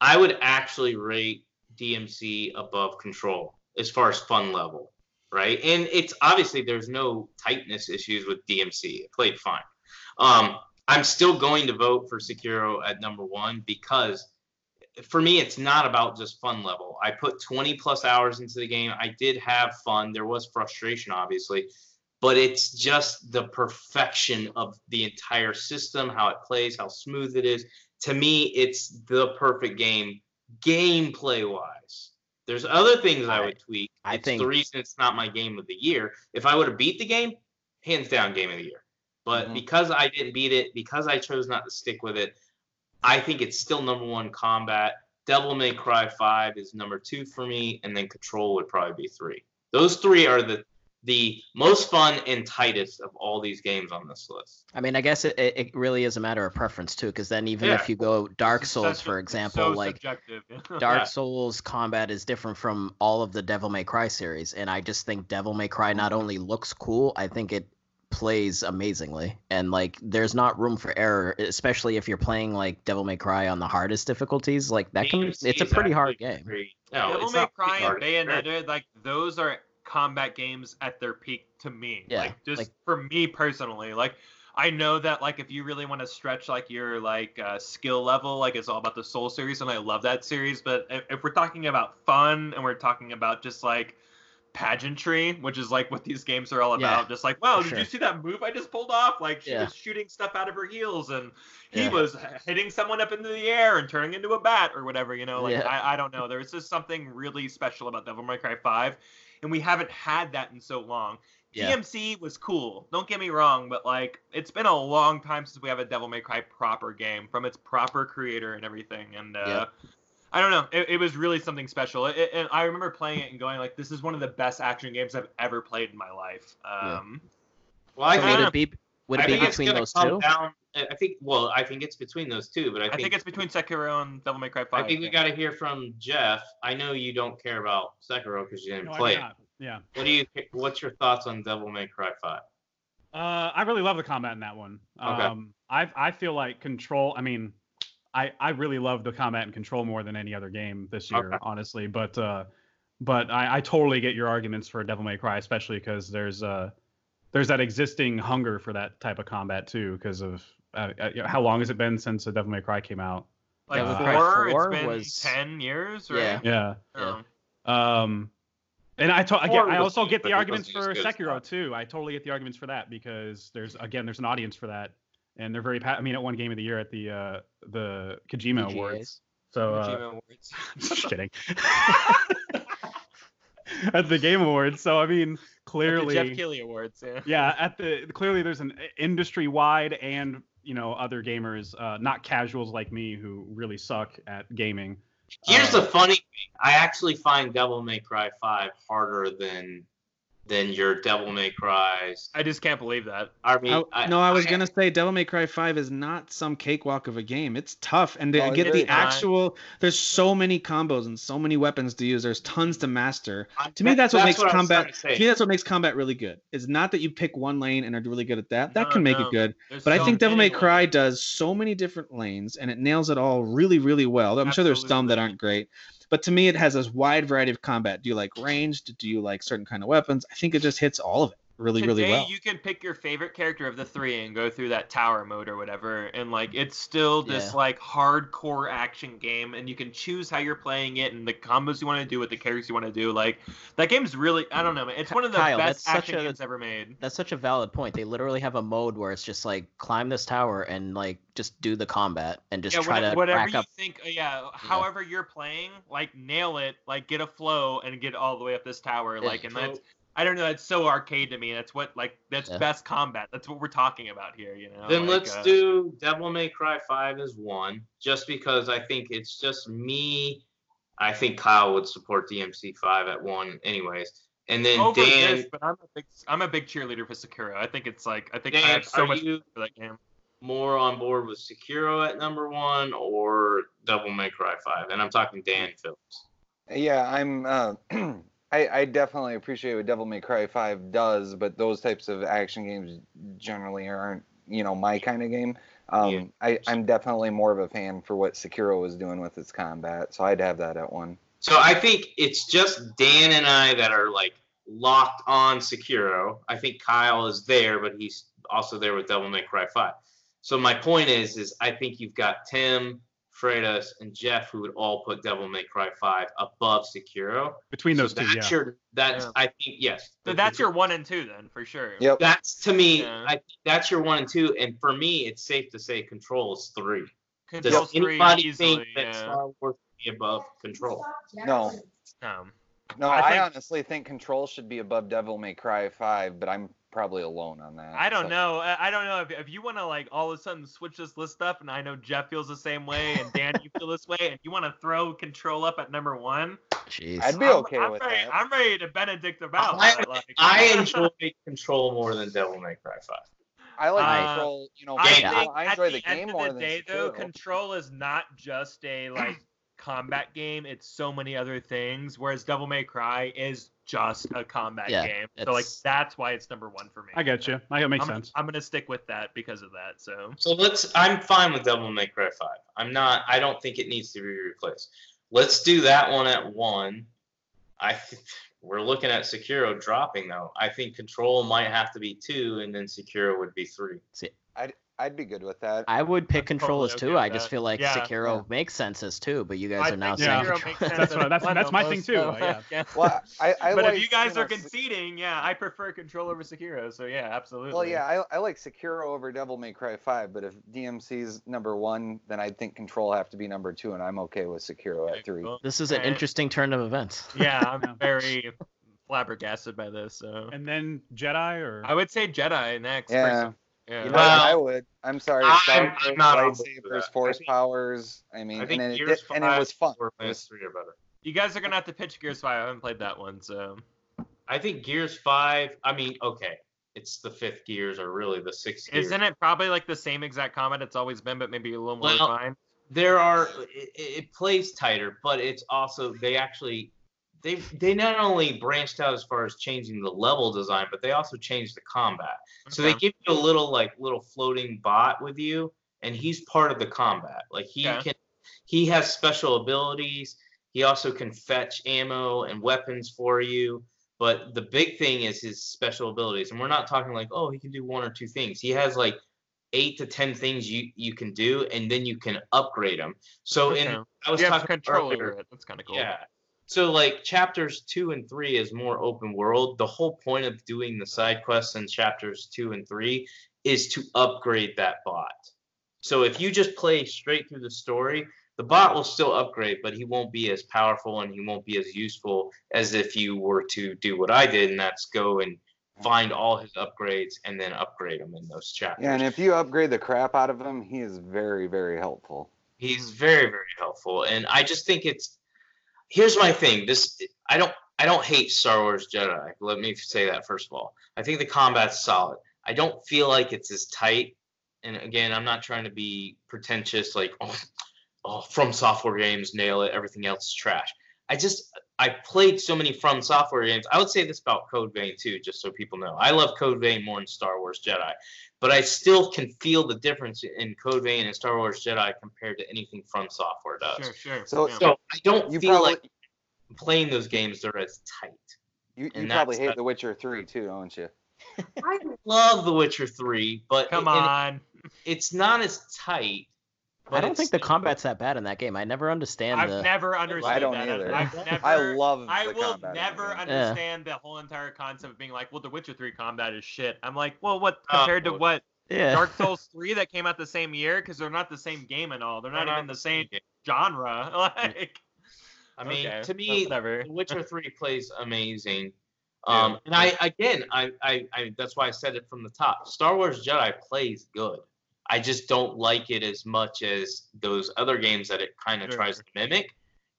[SPEAKER 6] I would actually rate DMC above Control as far as fun level, right? And it's obviously there's no tightness issues with DMC. It played fine. Um, I'm still going to vote for Sekiro at number one because for me, it's not about just fun level. I put 20 plus hours into the game. I did have fun. There was frustration, obviously, but it's just the perfection of the entire system, how it plays, how smooth it is. To me, it's the perfect game, gameplay wise. There's other things I, would tweak.
[SPEAKER 9] I
[SPEAKER 6] it's
[SPEAKER 9] think-
[SPEAKER 6] the reason it's not my game of the year. If I would have beat the game, hands down game of the year. But
[SPEAKER 9] Mm-hmm.
[SPEAKER 10] Mhm.
[SPEAKER 6] because I didn't beat it, because I chose not to stick with it, I think it's still number one combat. Devil May Cry 5 is number two for me, and then Control would probably be three. Those three are the the most fun and tightest of all these games on this list.
[SPEAKER 9] i mean i guess it, it it really is a matter of preference too because then even
[SPEAKER 6] Yeah.
[SPEAKER 9] if you go dark
[SPEAKER 7] It's
[SPEAKER 9] souls
[SPEAKER 7] such
[SPEAKER 9] for
[SPEAKER 7] a-
[SPEAKER 9] example
[SPEAKER 7] so
[SPEAKER 9] like
[SPEAKER 7] subjective. [LAUGHS]
[SPEAKER 9] Dark
[SPEAKER 6] Yeah.
[SPEAKER 9] Souls combat is different from all of the Devil May Cry series, and I just think Devil May Cry not
[SPEAKER 6] Mm-hmm.
[SPEAKER 9] only looks cool, I think it plays amazingly. And like, there's not room for error, especially if you're playing like Devil May Cry on the hardest difficulties. Like that can,
[SPEAKER 6] DMC
[SPEAKER 9] it's a
[SPEAKER 6] is
[SPEAKER 9] pretty hard
[SPEAKER 6] actually
[SPEAKER 9] game.
[SPEAKER 6] pretty- No,
[SPEAKER 7] Devil
[SPEAKER 6] it's
[SPEAKER 7] May
[SPEAKER 6] not
[SPEAKER 7] Cry
[SPEAKER 6] pretty
[SPEAKER 7] and
[SPEAKER 6] hard. It's very-
[SPEAKER 7] Bayonetta, like those are combat games at their peak to me.
[SPEAKER 9] Yeah,
[SPEAKER 7] like just
[SPEAKER 9] like-
[SPEAKER 7] for me personally, like I know that like if you really want to stretch like your like uh, skill level, like it's all about the Soul series, and I love that series. But if, if we're talking about fun and we're talking about just like pageantry, which is like what these games are all
[SPEAKER 9] Yeah,
[SPEAKER 7] about, just like wow,
[SPEAKER 9] for
[SPEAKER 7] did
[SPEAKER 9] sure.
[SPEAKER 7] you see that move I just pulled off? Like she
[SPEAKER 9] Yeah.
[SPEAKER 7] was shooting stuff out of her heels and he
[SPEAKER 9] Yeah.
[SPEAKER 7] was hitting someone up into the air and turning into a bat or whatever you know like
[SPEAKER 9] Yeah.
[SPEAKER 7] I, I don't know there was just something really special about devil may cry 5 and we haven't had that in so long
[SPEAKER 9] Yeah.
[SPEAKER 7] dmc was cool don't get me wrong but like it's been a long time since we have a devil may cry proper game from its proper creator and everything and uh
[SPEAKER 9] Yeah.
[SPEAKER 7] I don't know. It, it was really something special, It- it- and I remember playing it and going like, "This is one of the best action games I've ever played in my life."
[SPEAKER 9] Yeah.
[SPEAKER 7] Um,
[SPEAKER 6] Well, I
[SPEAKER 9] So
[SPEAKER 7] don't
[SPEAKER 9] would
[SPEAKER 6] think
[SPEAKER 7] know.
[SPEAKER 9] it be would
[SPEAKER 6] I
[SPEAKER 9] it be
[SPEAKER 6] think it's
[SPEAKER 9] between
[SPEAKER 6] gonna
[SPEAKER 9] those
[SPEAKER 6] come
[SPEAKER 9] two?
[SPEAKER 6] down- I I think. Well, I think it's between those two, but I
[SPEAKER 7] I,
[SPEAKER 6] think,
[SPEAKER 7] think, it's between Sekiro and Devil May Cry Five.
[SPEAKER 6] I think we got to hear from Jeff. I know you don't care about Sekiro because you didn't
[SPEAKER 8] No, I
[SPEAKER 6] play
[SPEAKER 8] did
[SPEAKER 6] it.
[SPEAKER 8] not. Yeah.
[SPEAKER 6] What do you? What's your thoughts on Devil May Cry Five?
[SPEAKER 8] Uh, I really love the combat in that one.
[SPEAKER 6] Okay.
[SPEAKER 8] Um, I I feel like control. I mean, I I really love the combat and control more than any other game this year,
[SPEAKER 6] Okay.
[SPEAKER 8] honestly. But uh, but I, I totally get your arguments for Devil May Cry, especially because there's uh there's that existing hunger for that type of combat too, because of uh, uh, you know, how long has it been since the Devil May Cry came out?
[SPEAKER 7] like
[SPEAKER 8] Devil
[SPEAKER 9] May Cry
[SPEAKER 7] four,
[SPEAKER 9] four
[SPEAKER 7] It's been
[SPEAKER 9] was-
[SPEAKER 7] ten years, right?
[SPEAKER 9] Yeah.
[SPEAKER 8] Yeah.
[SPEAKER 9] Yeah.
[SPEAKER 7] Um,
[SPEAKER 8] Um, and I, to- I, get,
[SPEAKER 6] Or
[SPEAKER 8] I
[SPEAKER 6] was
[SPEAKER 8] also
[SPEAKER 6] good,
[SPEAKER 8] get
[SPEAKER 6] but
[SPEAKER 8] the
[SPEAKER 6] it
[SPEAKER 8] arguments for
[SPEAKER 6] wasn't as good as
[SPEAKER 8] Sekiro
[SPEAKER 6] that.
[SPEAKER 8] too. I totally get the arguments for that because there's again there's an audience for that, and they're very. Pa- I mean, at one game of the year at the uh, the Kojima
[SPEAKER 9] EGAs?
[SPEAKER 8] Awards. So uh,
[SPEAKER 5] [LAUGHS]
[SPEAKER 7] Kojima Awards.
[SPEAKER 8] [LAUGHS] just kidding. at the Game Awards. So I mean, clearly
[SPEAKER 7] Jeff Keighley Awards. Yeah.
[SPEAKER 8] yeah at the clearly there's an industry wide and you know other gamers uh not casuals like me who really suck at gaming
[SPEAKER 6] Here's
[SPEAKER 8] Uh,
[SPEAKER 6] the funny thing. I actually find Devil May Cry 5 harder than than your Devil May Cries.
[SPEAKER 7] I just can't believe that.
[SPEAKER 6] I mean,
[SPEAKER 5] I-
[SPEAKER 6] I,
[SPEAKER 5] no, I was gonna say Devil May Cry Five is not some cakewalk of a game. It's tough, and to
[SPEAKER 7] Oh,
[SPEAKER 10] No, it's
[SPEAKER 5] get
[SPEAKER 10] very
[SPEAKER 5] the
[SPEAKER 10] tough.
[SPEAKER 5] actual. There's so many combos and so many weapons to use. There's tons to master.
[SPEAKER 6] I'm-
[SPEAKER 5] To me, that's what makes
[SPEAKER 6] I was
[SPEAKER 5] combat-
[SPEAKER 6] trying to
[SPEAKER 5] To
[SPEAKER 6] say.
[SPEAKER 5] me, that's what makes combat really good. It's not that you pick one lane and are really good at that. That
[SPEAKER 7] No,
[SPEAKER 5] can make
[SPEAKER 7] no.
[SPEAKER 5] it good.
[SPEAKER 7] There's
[SPEAKER 5] But I
[SPEAKER 7] so
[SPEAKER 5] think Devil May
[SPEAKER 7] many
[SPEAKER 5] Cry
[SPEAKER 7] ways.
[SPEAKER 5] does so many different lanes, and it nails it all really, really well. I'm sure there's some that
[SPEAKER 7] Absolutely.
[SPEAKER 5] aren't great, but to me, it has this wide variety of combat. Do you like ranged? Do you like certain kind of weapons? I think it just hits all of it really,
[SPEAKER 7] Today,
[SPEAKER 5] really well.
[SPEAKER 7] you can pick your favorite character of the three and go through that tower mode or whatever, and like it's still this
[SPEAKER 9] Yeah.
[SPEAKER 7] like hardcore action game, and you can choose how you're playing it and the combos you want to do with the characters you want to do. Like that game's really, I don't know, man. It's one of the
[SPEAKER 9] Kyle, that's
[SPEAKER 7] best
[SPEAKER 9] such
[SPEAKER 7] action
[SPEAKER 9] a-
[SPEAKER 7] games ever made.
[SPEAKER 9] That's such a valid point. They literally have a mode where it's just like climb this tower and like just do the combat and just try
[SPEAKER 7] whate-
[SPEAKER 9] to
[SPEAKER 7] whatever
[SPEAKER 9] rack
[SPEAKER 7] you
[SPEAKER 9] up.
[SPEAKER 7] think. uh, Yeah, however you're playing, like nail it, like get a flow and get all the way up this tower, like and that's. I don't know. That's so arcade to me. That's what like that's
[SPEAKER 9] Yeah.
[SPEAKER 7] best combat. That's what we're talking about here. You know.
[SPEAKER 6] Then
[SPEAKER 7] like,
[SPEAKER 6] let's
[SPEAKER 7] uh,
[SPEAKER 6] do Devil May Cry 5 as one, just because I think it's just me. I think Kyle would support DMC 5 at one, anyways. And then
[SPEAKER 7] over
[SPEAKER 6] Dan,
[SPEAKER 7] this, but I'm a big I'm a big cheerleader for Sekiro. I think it's like I think I
[SPEAKER 6] Dan,
[SPEAKER 7] have so
[SPEAKER 6] are
[SPEAKER 7] much
[SPEAKER 6] you-
[SPEAKER 7] for that game.
[SPEAKER 6] more on board with Sekiro at number one or Devil May Cry Five? And I'm talking Dan Phillips.
[SPEAKER 10] Yeah, I'm. Uh, [CLEARS THROAT] I, I definitely appreciate what Devil May Cry Five does, but those types of action games generally aren't, you know, my kind of game. Um,
[SPEAKER 6] Yeah.
[SPEAKER 10] I, I'm definitely more of a fan for what Sekiro was doing with its combat, so I'd have that at one.
[SPEAKER 6] So I think it's just Dan and I that are like locked on Sekiro. I think Kyle is there, but he's also there with Devil May Cry Five. So my point is, is I think you've got Tim, Freitas, and Jeff who would all put Devil May Cry Five above Sekiro.
[SPEAKER 8] Between those
[SPEAKER 6] so
[SPEAKER 8] two, yeah.
[SPEAKER 6] that's your that's
[SPEAKER 7] Yeah.
[SPEAKER 6] I think yes.
[SPEAKER 7] So that's your one and two then for sure.
[SPEAKER 10] Yep.
[SPEAKER 6] that's to me
[SPEAKER 7] Yeah.
[SPEAKER 6] I, that's your one and two, and for me it's safe to say Control is three. Does
[SPEAKER 7] Control three
[SPEAKER 6] anybody
[SPEAKER 7] easily. uh,
[SPEAKER 6] think that
[SPEAKER 7] Yeah.
[SPEAKER 6] Star Wars would be above Control?
[SPEAKER 10] No,
[SPEAKER 7] Um,
[SPEAKER 10] no,
[SPEAKER 7] I
[SPEAKER 10] I,
[SPEAKER 7] think-
[SPEAKER 10] honestly think Control should be above Devil May Cry Five, but I'm probably alone on that.
[SPEAKER 7] I don't
[SPEAKER 10] so-
[SPEAKER 7] know. I I don't know if, if you want to like all of a sudden switch this list up, and I know Jeff feels the same way, and Dan you feel this way, and you want to throw Control up at number one.
[SPEAKER 9] Jeez.
[SPEAKER 10] I'd be
[SPEAKER 7] I'm-
[SPEAKER 10] okay
[SPEAKER 7] I'm
[SPEAKER 10] with
[SPEAKER 7] ready,
[SPEAKER 10] that.
[SPEAKER 7] I'm ready to Benedict about
[SPEAKER 6] I-
[SPEAKER 7] that. Like,
[SPEAKER 6] I enjoy Control more than Devil May Cry Five.
[SPEAKER 10] I like
[SPEAKER 7] Uh,
[SPEAKER 10] Control. You know,
[SPEAKER 7] [LAUGHS] I
[SPEAKER 10] Control-
[SPEAKER 7] think
[SPEAKER 10] I
[SPEAKER 7] at
[SPEAKER 10] enjoy
[SPEAKER 7] the,
[SPEAKER 10] the, game
[SPEAKER 7] end
[SPEAKER 10] more
[SPEAKER 7] of the
[SPEAKER 10] than
[SPEAKER 7] day, though,
[SPEAKER 10] Sekiro.
[SPEAKER 7] Control is not just a like combat game; it's so many other things. Whereas Devil May Cry is just a combat
[SPEAKER 9] Yeah,
[SPEAKER 7] game, so like
[SPEAKER 9] it's-
[SPEAKER 7] that's why it's number one for me.
[SPEAKER 8] I get you. I, it makes
[SPEAKER 7] I'm,
[SPEAKER 8] sense.
[SPEAKER 7] I'm gonna stick with that because of that. So
[SPEAKER 6] So let's. I'm fine with Devil May Cry Five. I'm not. I don't think it needs to be replaced. Let's do that one at one. I. Th- we're looking at Sekiro dropping though. I think Control might have to be two, and then Sekiro would be three.
[SPEAKER 10] I'd be good with that.
[SPEAKER 9] I would pick
[SPEAKER 7] I'm
[SPEAKER 9] Control
[SPEAKER 7] totally
[SPEAKER 9] as
[SPEAKER 7] okay
[SPEAKER 9] two.
[SPEAKER 7] with
[SPEAKER 9] I just
[SPEAKER 7] that.
[SPEAKER 9] feel like
[SPEAKER 7] Yeah,
[SPEAKER 9] Sekiro
[SPEAKER 10] yeah.
[SPEAKER 9] makes sense as two, but you guys
[SPEAKER 7] I
[SPEAKER 9] are now
[SPEAKER 7] think
[SPEAKER 9] saying
[SPEAKER 7] Sekiro
[SPEAKER 9] Control.
[SPEAKER 7] makes sense
[SPEAKER 8] That's
[SPEAKER 7] as
[SPEAKER 8] what-
[SPEAKER 7] a
[SPEAKER 8] that's-
[SPEAKER 7] one
[SPEAKER 8] that's my
[SPEAKER 7] almost,
[SPEAKER 8] thing, too,
[SPEAKER 7] so,
[SPEAKER 8] yeah.
[SPEAKER 7] yeah.
[SPEAKER 10] Well,
[SPEAKER 7] [LAUGHS]
[SPEAKER 10] I, I
[SPEAKER 7] but
[SPEAKER 10] like,
[SPEAKER 7] if you guys
[SPEAKER 10] know,
[SPEAKER 7] are
[SPEAKER 10] Sekiro-
[SPEAKER 7] conceding, yeah, I prefer Control over Sekiro. So yeah, absolutely.
[SPEAKER 10] Well, yeah, I, I like Sekiro over Devil May Cry 5, but if DMC's number one, then I'd think Control have to be number two, and I'm okay with Sekiro
[SPEAKER 7] Okay,
[SPEAKER 10] at three.
[SPEAKER 7] cool.
[SPEAKER 9] This is an
[SPEAKER 7] Okay.
[SPEAKER 9] interesting turn of events.
[SPEAKER 7] yeah,
[SPEAKER 8] Yeah.
[SPEAKER 7] I'm very flabbergasted by this. So
[SPEAKER 8] And then Jedi or
[SPEAKER 7] I would say Jedi next.
[SPEAKER 10] Yeah.
[SPEAKER 7] person. Yeah.
[SPEAKER 10] You know,
[SPEAKER 6] Well,
[SPEAKER 10] I would. I'm sorry.
[SPEAKER 6] I'm-
[SPEAKER 10] Star
[SPEAKER 6] I'm
[SPEAKER 10] Wars,
[SPEAKER 6] not on board with that.
[SPEAKER 10] lightsabers,
[SPEAKER 6] I
[SPEAKER 10] force
[SPEAKER 6] think-
[SPEAKER 10] powers. I mean,
[SPEAKER 6] I think
[SPEAKER 10] and, it,
[SPEAKER 6] Gears
[SPEAKER 10] did- and it
[SPEAKER 6] five
[SPEAKER 10] was fun.
[SPEAKER 6] Or
[SPEAKER 10] It
[SPEAKER 6] Plants
[SPEAKER 10] was-
[SPEAKER 6] three are better.
[SPEAKER 7] you guys are gonna have to pitch Gears Five. I haven't played that one, so
[SPEAKER 6] I think Gears Five. I mean, okay, it's the fifth Gears or really the sixth. Gears.
[SPEAKER 7] isn't it probably like the same exact comment it's always been, but maybe a little more
[SPEAKER 6] Well,
[SPEAKER 7] refined?
[SPEAKER 6] there are it, it plays tighter, but it's also they actually they they not only branched out as far as changing the level design, but they also changed the combat. So they
[SPEAKER 7] Okay.
[SPEAKER 6] give you a little like little floating bot with you, and he's part of the combat. Like he
[SPEAKER 7] Okay.
[SPEAKER 6] can he has special abilities. He also can fetch ammo and weapons for you. But the big thing is his special abilities. And we're not talking like, oh, he can do one or two things. He has like eight to ten things you you can do, and then you can upgrade them. So in
[SPEAKER 7] Okay.
[SPEAKER 6] I was
[SPEAKER 7] you have
[SPEAKER 6] talking
[SPEAKER 7] control
[SPEAKER 6] earlier,
[SPEAKER 7] over it. That's kind of cool.
[SPEAKER 6] yeah. So like chapters two and three is more open world. The whole point of doing the side quests in chapters two and three is to upgrade that bot. So if you just play straight through the story, the bot will still upgrade, but he won't be as powerful and he won't be as useful as if you were to do what I did, and that's go and find all his upgrades and then upgrade them in those chapters.
[SPEAKER 10] Yeah, and if you upgrade the crap out of him, he is very, very helpful.
[SPEAKER 6] he's very very helpful and i just think it's here's my thing this i don't i don't hate star wars jedi let me say that first of all i think the combat's solid i don't feel like it's as tight and again i'm not trying to be pretentious like oh, oh from software games nail it everything else is trash i just i played so many from software games i would say this about code vein too just so people know i love code vein more than star wars jedi but I still can feel the difference in Code Vein and Star Wars Jedi compared to anything From Software does.
[SPEAKER 7] Sure, sure.
[SPEAKER 10] So-
[SPEAKER 7] yeah.
[SPEAKER 6] So I don't
[SPEAKER 10] You
[SPEAKER 6] feel
[SPEAKER 10] probably,
[SPEAKER 6] like playing those games are as tight.
[SPEAKER 10] you, you
[SPEAKER 6] and
[SPEAKER 10] probably
[SPEAKER 6] that's-
[SPEAKER 10] hate The Witcher 3 too, don't you?
[SPEAKER 6] I love The Witcher Three, but
[SPEAKER 7] come
[SPEAKER 6] it- and
[SPEAKER 7] on.
[SPEAKER 6] it's not as tight. But
[SPEAKER 9] I don't
[SPEAKER 6] it's
[SPEAKER 9] think the
[SPEAKER 6] still-
[SPEAKER 9] combat's that bad in that game. I never understand
[SPEAKER 7] I've
[SPEAKER 9] the.
[SPEAKER 7] never understood
[SPEAKER 10] don't
[SPEAKER 7] that.
[SPEAKER 10] either.
[SPEAKER 7] I've never.
[SPEAKER 10] I love
[SPEAKER 7] I
[SPEAKER 10] the
[SPEAKER 7] will
[SPEAKER 10] combat in that
[SPEAKER 7] never
[SPEAKER 10] game.
[SPEAKER 9] Yeah.
[SPEAKER 7] understand the whole entire concept of being like, well, The Witcher 3 combat is shit. I'm like, well, what
[SPEAKER 6] Oh.
[SPEAKER 7] compared to what
[SPEAKER 9] yeah.
[SPEAKER 7] [LAUGHS] Dark Souls 3 that came out the same year? Because they're not the same game and all. They're not
[SPEAKER 6] They're
[SPEAKER 7] even the same Mm. genre. [LAUGHS] Like,
[SPEAKER 6] I mean,
[SPEAKER 7] okay,
[SPEAKER 6] to
[SPEAKER 7] but
[SPEAKER 6] me,
[SPEAKER 7] whatever.
[SPEAKER 6] The Witcher Three plays amazing.
[SPEAKER 7] Yeah.
[SPEAKER 6] Um, and I again, I, I, I that's why I said it from the top. Star Wars Jedi plays good. I just don't like it as much as those other games that it kind of
[SPEAKER 7] Sure.
[SPEAKER 6] tries to mimic.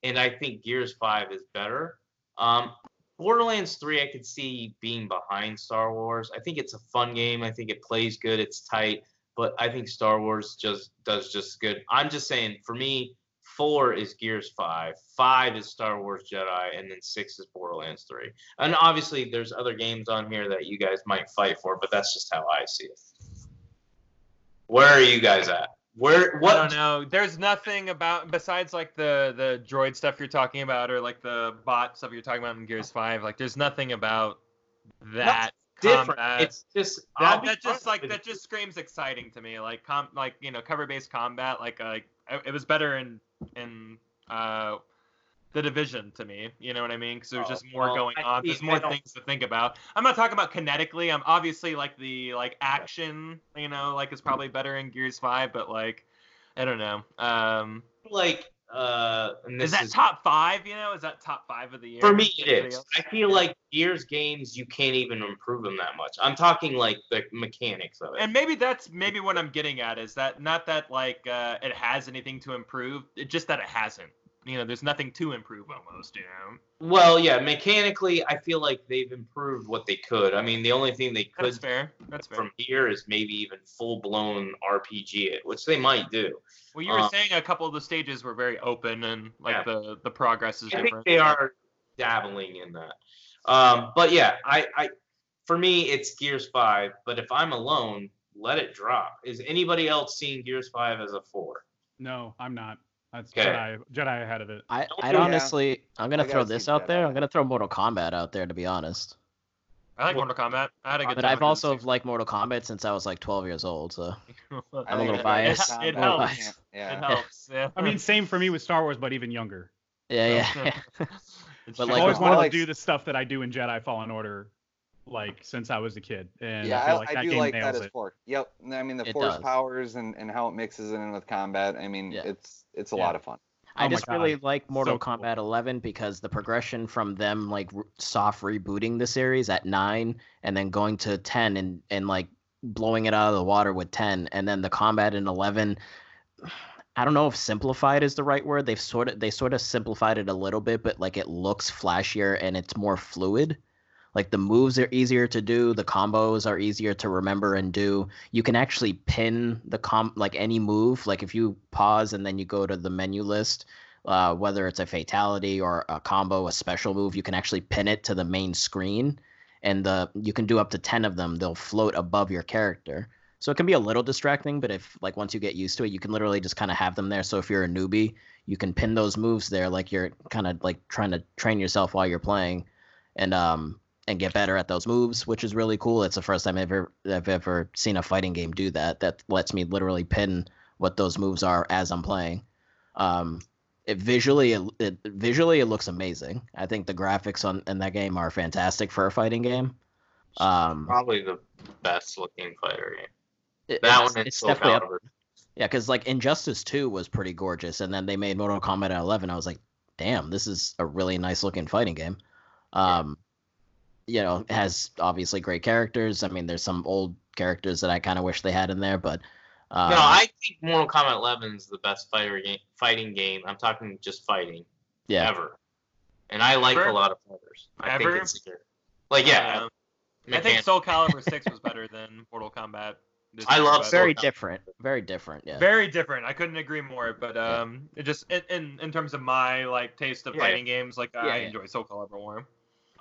[SPEAKER 6] And I think Gears Five is better. Um, Borderlands 3, I could see being behind Star Wars. I think it's a fun game. I think it plays good. It's tight, but I think Star Wars just does just good. I'm just saying, for me, four is Gears 5, five is Star Wars Jedi, and then six is Borderlands 3. And obviously, there's other games on here that you guys might fight for, but that's just how I see it. Where are you guys at? Where
[SPEAKER 7] I
[SPEAKER 6] what
[SPEAKER 7] don't know. There's nothing about besides like the the droid stuff you're talking about or like the bot stuff you're talking about in Gears Five. Like there's nothing about that
[SPEAKER 6] different?
[SPEAKER 7] combat.
[SPEAKER 6] It's just I'll
[SPEAKER 7] that,
[SPEAKER 6] be
[SPEAKER 7] that
[SPEAKER 6] honest
[SPEAKER 7] uh, just like
[SPEAKER 6] with
[SPEAKER 7] that
[SPEAKER 6] you.
[SPEAKER 7] just screams exciting to me. Like com like you know cover based combat. Like like I- it was better in in uh the division to me. You know what I mean? Because there's
[SPEAKER 6] Oh,
[SPEAKER 7] just more
[SPEAKER 6] well,
[SPEAKER 7] going
[SPEAKER 6] I
[SPEAKER 7] on.
[SPEAKER 6] see,
[SPEAKER 7] There's
[SPEAKER 6] I
[SPEAKER 7] more
[SPEAKER 6] don't-
[SPEAKER 7] things to think about. I'm not talking about kinetically. I'm obviously like the like action. You know like is probably better in Gears Five, but like I don't know. Um,
[SPEAKER 6] like uh and
[SPEAKER 7] is
[SPEAKER 6] this
[SPEAKER 7] that
[SPEAKER 6] is
[SPEAKER 7] top five? You know, is that top five of the year?
[SPEAKER 6] for me it
[SPEAKER 7] Anybody
[SPEAKER 6] is
[SPEAKER 7] else?
[SPEAKER 6] i feel like gears games you can't even improve them that much i'm talking like the mechanics of it
[SPEAKER 7] and maybe that's maybe what I'm getting at is that not that like uh, it has anything to improve, it, just that it hasn't. You know, there's nothing to improve almost. You know,
[SPEAKER 6] well yeah mechanically i feel like they've improved what they could i mean the only thing they could
[SPEAKER 7] that's fair. That's fair.
[SPEAKER 6] from here is maybe even full-blown rpg it which they might do
[SPEAKER 7] well, you were
[SPEAKER 6] uh,
[SPEAKER 7] saying a couple of the stages were very open and like
[SPEAKER 6] Yeah.
[SPEAKER 7] the the progress is
[SPEAKER 6] I think
[SPEAKER 7] different.
[SPEAKER 6] they are dabbling in that. Um, but yeah, I, I for me it's Gears Five. But if I'm alone, let it drop. Is anybody else seeing Gears Five as a four?
[SPEAKER 8] No, I'm not. That's
[SPEAKER 6] Okay.
[SPEAKER 8] Jedi, Jedi ahead of it.
[SPEAKER 9] [LAUGHS] I, I'd
[SPEAKER 10] Yeah.
[SPEAKER 9] honestly, I'm gonna
[SPEAKER 10] I
[SPEAKER 9] throw
[SPEAKER 10] gotta
[SPEAKER 9] this
[SPEAKER 10] see
[SPEAKER 9] out
[SPEAKER 10] Jedi.
[SPEAKER 9] there. I'm gonna throw Mortal Kombat out there to be honest.
[SPEAKER 7] I like Mortal Kombat. I had a good
[SPEAKER 9] But
[SPEAKER 7] time.
[SPEAKER 9] I've
[SPEAKER 7] with it.
[SPEAKER 9] also [LAUGHS] liked Mortal Kombat since I was like 12 years old. So
[SPEAKER 10] I
[SPEAKER 9] I'm a
[SPEAKER 10] think
[SPEAKER 7] [LAUGHS]
[SPEAKER 9] little
[SPEAKER 10] that-
[SPEAKER 9] biased.
[SPEAKER 7] It
[SPEAKER 10] Yeah.
[SPEAKER 7] helps.
[SPEAKER 10] Yeah.
[SPEAKER 7] It helps. Yeah.
[SPEAKER 8] I mean, same for me with Star Wars, but even younger.
[SPEAKER 9] yeah, [LAUGHS]
[SPEAKER 7] Oh. [LAUGHS]
[SPEAKER 9] yeah.
[SPEAKER 7] It's true.
[SPEAKER 9] But,
[SPEAKER 8] I've
[SPEAKER 9] like,
[SPEAKER 8] always
[SPEAKER 10] I
[SPEAKER 8] wanted
[SPEAKER 10] like-
[SPEAKER 8] to do the stuff that I do in Jedi Fallen Order, like since I was a kid, and
[SPEAKER 10] yeah,
[SPEAKER 8] I
[SPEAKER 10] I,
[SPEAKER 8] feel like
[SPEAKER 10] I
[SPEAKER 8] that
[SPEAKER 10] do
[SPEAKER 8] game
[SPEAKER 10] like that
[SPEAKER 8] nails
[SPEAKER 10] as
[SPEAKER 8] it.
[SPEAKER 10] four. Yep. and I mean the
[SPEAKER 9] It
[SPEAKER 10] force
[SPEAKER 9] does.
[SPEAKER 10] powers and, and how it mixes it in with combat. I mean,
[SPEAKER 9] Yeah.
[SPEAKER 10] it's it's a
[SPEAKER 8] Yeah.
[SPEAKER 10] lot of fun.
[SPEAKER 8] Oh
[SPEAKER 9] I
[SPEAKER 8] my
[SPEAKER 9] just really
[SPEAKER 8] God.
[SPEAKER 9] like Mortal
[SPEAKER 8] cool.
[SPEAKER 9] Kombat 11 because the progression from them like r- soft rebooting the series at 9 and then going to 10 and and like blowing it out of the water with 10 and then the combat in 11 I don't know if simplified is the right word. They've sort of they sort of simplified it a little bit, but like it looks flashier and it's more fluid. Like the moves are easier to do, the combos are easier to remember and do. You can actually pin the com like any move. Like if you pause and then you go to the menu list, uh, whether it's a fatality or a combo, a special move, you can actually pin it to the main screen, and the you can do up to ten of them. They'll float above your character. So it can be a little distracting, but if like once you get used to it, you can literally just kind of have them there. So if you're a newbie, you can pin those moves there, like you're kind of like trying to train yourself while you're playing, and um and get better at those moves, which is really cool. It's the first time I've ever I've ever seen a fighting game do that. That lets me literally pin what those moves are as I'm playing. Um, it visually it, it visually it looks amazing. I think the graphics on in that game are fantastic for a fighting game. Um,
[SPEAKER 6] Probably the best looking fighter game.
[SPEAKER 9] it-
[SPEAKER 6] That
[SPEAKER 9] it's,
[SPEAKER 6] one is
[SPEAKER 9] it's
[SPEAKER 6] Soul
[SPEAKER 9] definitely up
[SPEAKER 6] Calibur.
[SPEAKER 9] yeah, because like Injustice 2 was pretty gorgeous, and then they made Mortal Kombat 11. I was like, damn, this is a really nice looking fighting game. Um, you know, it has obviously great characters. I mean, there's some old characters that I kind of wish they had in there, but uh,
[SPEAKER 6] no, I think Mortal Kombat 11 is the best fighter game, fighting game. I'm talking just fighting
[SPEAKER 9] yeah,
[SPEAKER 6] ever. And I like
[SPEAKER 7] Ever?
[SPEAKER 6] a lot of fighters. I
[SPEAKER 7] Ever?
[SPEAKER 6] think it's like yeah.
[SPEAKER 7] Um, I think Soul Calibur Six was better than Mortal Kombat. this
[SPEAKER 6] I
[SPEAKER 7] year,
[SPEAKER 6] love
[SPEAKER 7] but-
[SPEAKER 6] Soul
[SPEAKER 9] very
[SPEAKER 6] Calibur.
[SPEAKER 9] different, very different. Yeah,
[SPEAKER 7] very different. I couldn't agree more. But um, it just in, in in terms of my like taste of
[SPEAKER 6] Yeah.
[SPEAKER 7] fighting games, like I
[SPEAKER 9] yeah.
[SPEAKER 7] enjoy Soul Calibur more.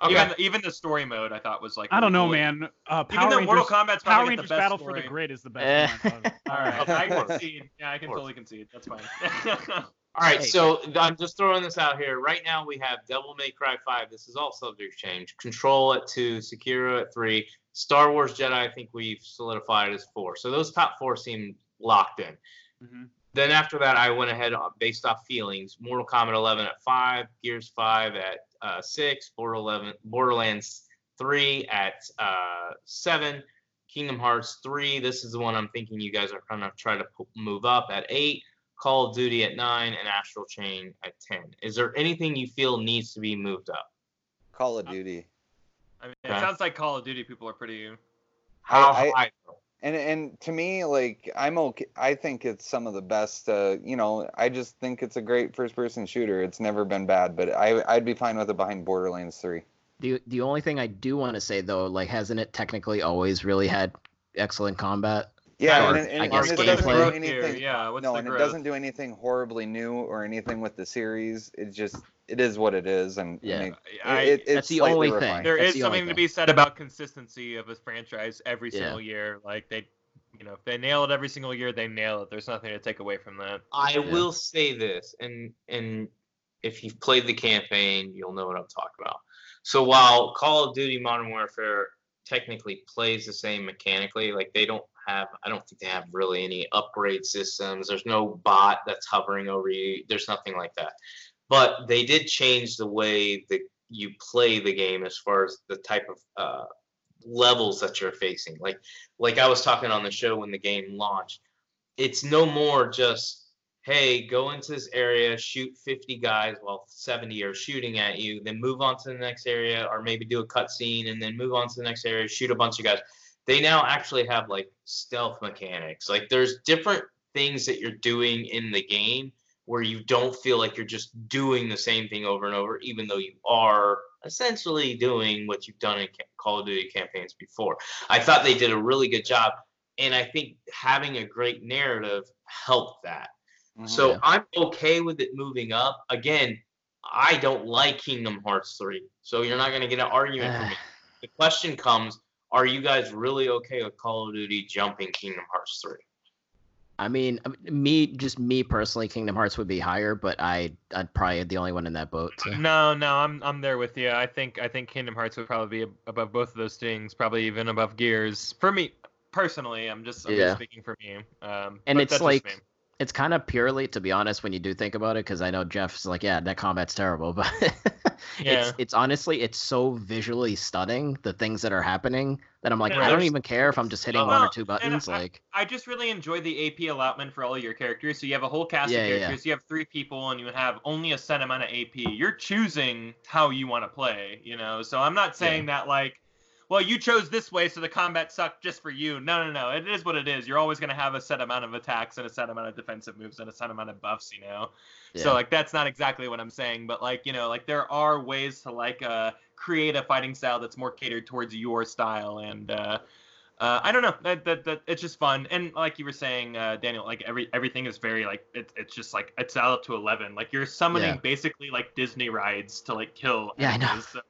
[SPEAKER 6] Okay.
[SPEAKER 7] Even, even the story mode, I thought was like.
[SPEAKER 8] I don't know,
[SPEAKER 7] really-
[SPEAKER 8] man. Uh,
[SPEAKER 7] Even
[SPEAKER 8] Power
[SPEAKER 7] though Mortal
[SPEAKER 8] Rangers,
[SPEAKER 7] Kombat's
[SPEAKER 8] Power
[SPEAKER 7] probably got
[SPEAKER 8] Rangers
[SPEAKER 7] the best
[SPEAKER 8] Battle
[SPEAKER 7] story.
[SPEAKER 8] for the Grid is the
[SPEAKER 9] Eh.
[SPEAKER 8] best.
[SPEAKER 7] [LAUGHS]
[SPEAKER 8] one.
[SPEAKER 7] All right, I
[SPEAKER 10] [LAUGHS] Of
[SPEAKER 7] can
[SPEAKER 10] course.
[SPEAKER 7] concede. Yeah, I can
[SPEAKER 6] Of course.
[SPEAKER 7] totally concede. That's fine. [LAUGHS]
[SPEAKER 6] All right,
[SPEAKER 9] Hey.
[SPEAKER 6] so th- I'm just throwing this out here. Right now, we have Devil May Cry 5. This is all subject change. Control at 2, Sekiro at 3, Star Wars Jedi, I think we've solidified as 4. So those top four seem locked in.
[SPEAKER 8] Mhm.
[SPEAKER 6] Then after that, I went ahead on, based off feelings. Mortal Kombat 11 at 5, Gears 5 at uh, 6, Border 11, Borderlands 3 at uh, 7, Kingdom Hearts 3. This is the one I'm thinking you guys are going to try to p- move up at 8. Call of Duty at nine and Astral Chain at ten. Is there anything you feel needs to be moved up?
[SPEAKER 10] Call of Duty.
[SPEAKER 7] I mean,
[SPEAKER 6] Okay.
[SPEAKER 7] it sounds like Call of Duty people are pretty.
[SPEAKER 6] How
[SPEAKER 10] I-
[SPEAKER 6] high?
[SPEAKER 10] And and to me, like I'm okay. I think it's some of the best. Uh, you know, I just think it's a great first-person shooter. It's never been bad, but I I'd be fine with it behind Borderlands Three.
[SPEAKER 9] The the only thing I do want to say though, like, hasn't it technically always really had excellent combat?
[SPEAKER 10] Yeah,
[SPEAKER 9] Or,
[SPEAKER 10] and, and, and,
[SPEAKER 9] I guess
[SPEAKER 10] this
[SPEAKER 9] gameplay.
[SPEAKER 10] doesn't do
[SPEAKER 9] Growth
[SPEAKER 10] anything.
[SPEAKER 7] Yeah, what's
[SPEAKER 10] no,
[SPEAKER 7] the
[SPEAKER 10] and
[SPEAKER 7] growth?
[SPEAKER 10] it doesn't do anything horribly new or anything with the series. It just it is what it is, and
[SPEAKER 9] Yeah.
[SPEAKER 10] I mean,
[SPEAKER 7] I-
[SPEAKER 10] it, it- it's
[SPEAKER 9] That's the
[SPEAKER 10] slightly
[SPEAKER 9] only thing.
[SPEAKER 10] refined.
[SPEAKER 7] there
[SPEAKER 9] That's
[SPEAKER 7] is
[SPEAKER 9] the only
[SPEAKER 7] something to
[SPEAKER 9] thing.
[SPEAKER 7] be said about consistency of a franchise every
[SPEAKER 9] Yeah.
[SPEAKER 7] single year. Like they, you know, if they nail it every single year, they nail it. There's nothing to take away from that.
[SPEAKER 6] I
[SPEAKER 9] Yeah.
[SPEAKER 6] will say this, and and if you've played the campaign, you'll know what I'm talking about. So while Call of Duty Modern Warfare technically plays the same mechanically, like they don't have, I don't think they have really any upgrade systems. There's no bot that's hovering over you. There's nothing like that. But they did change the way that you play the game as far as the type of uh, levels that you're facing. Like like I was talking on the show when the game launched, it's no more just hey, go into this area, shoot 50 guys while 70 are shooting at you, then move on to the next area, or maybe do a cutscene and then move on to the next area, shoot a bunch of guys. They now actually have like stealth mechanics. Like there's different things that you're doing in the game where you don't feel like you're just doing the same thing over and over, even though you are essentially doing what you've done in ca- Call of Duty campaigns before. I thought they did a really good job. And I think having a great narrative helped that.
[SPEAKER 10] Mhm.
[SPEAKER 6] So
[SPEAKER 9] Yeah.
[SPEAKER 6] I'm okay with it moving up. Again, I don't like Kingdom Hearts 3. So you're not going to get an argument from me. The question comes are you guys really okay with Call of Duty jumping Kingdom Hearts 3?
[SPEAKER 9] [SIGHS] I mean, I mean, me just me personally, Kingdom Hearts would be higher, but I I'd probably the only one in that boat. so.
[SPEAKER 7] No, no, I'm I'm there with you. I think I think Kingdom Hearts would probably be above both of those things, probably even above Gears. For me personally, I'm just, I'm
[SPEAKER 9] Yeah.
[SPEAKER 7] just speaking for me. Um,
[SPEAKER 9] And
[SPEAKER 7] but
[SPEAKER 9] it's
[SPEAKER 7] that's just
[SPEAKER 9] like-
[SPEAKER 7] me.
[SPEAKER 9] It's kind of purely, to be honest, when you do think about it, because I know Jeff's like, yeah, that combat's terrible, [LAUGHS] but
[SPEAKER 7] Yeah.
[SPEAKER 9] it's it's honestly it's so visually stunning the things that are happening that I'm like,
[SPEAKER 7] Yeah,
[SPEAKER 9] I don't
[SPEAKER 7] there's-
[SPEAKER 9] even care if I'm just hitting one or
[SPEAKER 7] Well,
[SPEAKER 9] two
[SPEAKER 7] and
[SPEAKER 9] buttons,
[SPEAKER 7] I- [LAUGHS]
[SPEAKER 9] like
[SPEAKER 7] I just really enjoy the AP allotment for all your characters. So you have a whole cast
[SPEAKER 9] Yeah,
[SPEAKER 7] of
[SPEAKER 9] yeah, yeah.
[SPEAKER 7] characters. You have three people, and you have only a set amount of AP. You're choosing how you want to play, you know. So I'm not saying that like, well, you chose this way, so the combat sucked just for you. No, no, no. It is what it is. You're always going to have a set amount of attacks and a set amount of defensive moves and a set amount of buffs, you know.
[SPEAKER 9] Yeah.
[SPEAKER 7] So like that's not exactly what I'm saying, but like you know, like there are ways to like uh create a fighting style that's more catered towards your style and uh, uh I don't know that, that that it's just fun and like you were saying uh Daniel like every everything is very like it, it's just like it's out to 11 like you're summoning
[SPEAKER 9] Yeah.
[SPEAKER 7] basically like Disney rides to like kill
[SPEAKER 9] Yeah, I know.
[SPEAKER 7] enemies, [LAUGHS] so-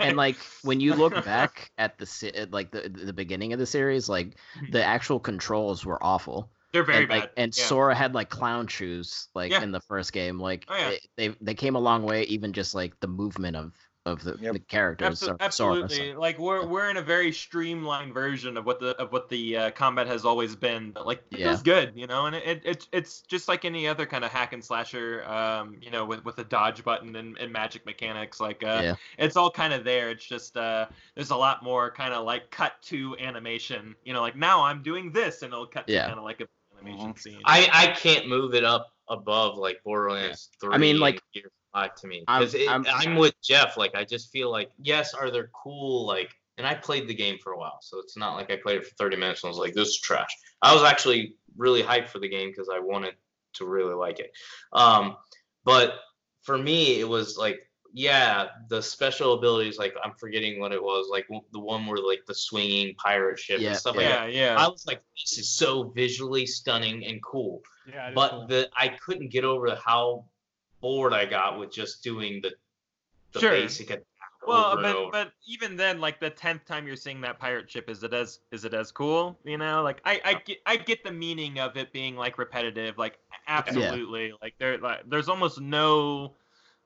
[SPEAKER 9] and like when
[SPEAKER 7] [LAUGHS]
[SPEAKER 9] you look back at the se- at, like the the beginning of the series, like the actual controls were awful.
[SPEAKER 7] they're Hmm. very
[SPEAKER 9] and,
[SPEAKER 7] bad
[SPEAKER 9] like, and
[SPEAKER 7] yeah.
[SPEAKER 9] Sora had like clown shoes like
[SPEAKER 7] Yeah.
[SPEAKER 9] in the first game. Like
[SPEAKER 7] Oh, yeah.
[SPEAKER 9] they, they they came a long way, even just like the movement of of the,
[SPEAKER 10] Yep.
[SPEAKER 9] the characters.
[SPEAKER 7] Abso-
[SPEAKER 9] Sor- Sora,
[SPEAKER 7] absolutely. Like we're we're in a very streamlined version of what the of what the uh, combat has always been. But like it
[SPEAKER 9] Yeah.
[SPEAKER 7] feels good, you know, and it, it it's it's just like any other kind of hack and slasher, um, you know, with with a dodge button and, and magic mechanics. Like uh,
[SPEAKER 9] Yeah.
[SPEAKER 7] it's all kind of there. It's just uh, there's a lot more kind of like cut to animation. You know, like now I'm doing this, and it'll cut to
[SPEAKER 9] Yeah.
[SPEAKER 7] kind of like a animation scene.
[SPEAKER 6] I, I can't move it up above like Borderlands 3.
[SPEAKER 9] I mean,
[SPEAKER 6] and
[SPEAKER 9] like,
[SPEAKER 6] Gears 5 to me.
[SPEAKER 9] I'm-
[SPEAKER 6] Because I'm,
[SPEAKER 9] I'm-
[SPEAKER 6] I'm with Jeff. Like, I just feel like, yes, are there cool, like, and I played the game for a while. So it's not like I played it for 30 minutes and was like, this is trash. I was actually really hyped for the game because I wanted to really like it. Um, but for me, it was like, yeah, the special abilities, like, I'm forgetting what it was, like w- the one where, like, the swinging pirate ship
[SPEAKER 9] Yeah,
[SPEAKER 6] and stuff like that.
[SPEAKER 7] yeah, yeah.
[SPEAKER 6] I was like, this is so visually stunning and cool
[SPEAKER 8] Yeah, it is
[SPEAKER 6] but
[SPEAKER 8] cool.
[SPEAKER 6] the I couldn't get over how bored I got with just doing the the
[SPEAKER 7] Sure.
[SPEAKER 6] basic attack
[SPEAKER 7] Well,
[SPEAKER 6] over and
[SPEAKER 7] but
[SPEAKER 6] over.
[SPEAKER 7] but even then, like the tenth time you're seeing that pirate ship, is it as is it as cool? You know, like I I get, I get the meaning of it being like repetitive, like absolutely, like there like there's almost no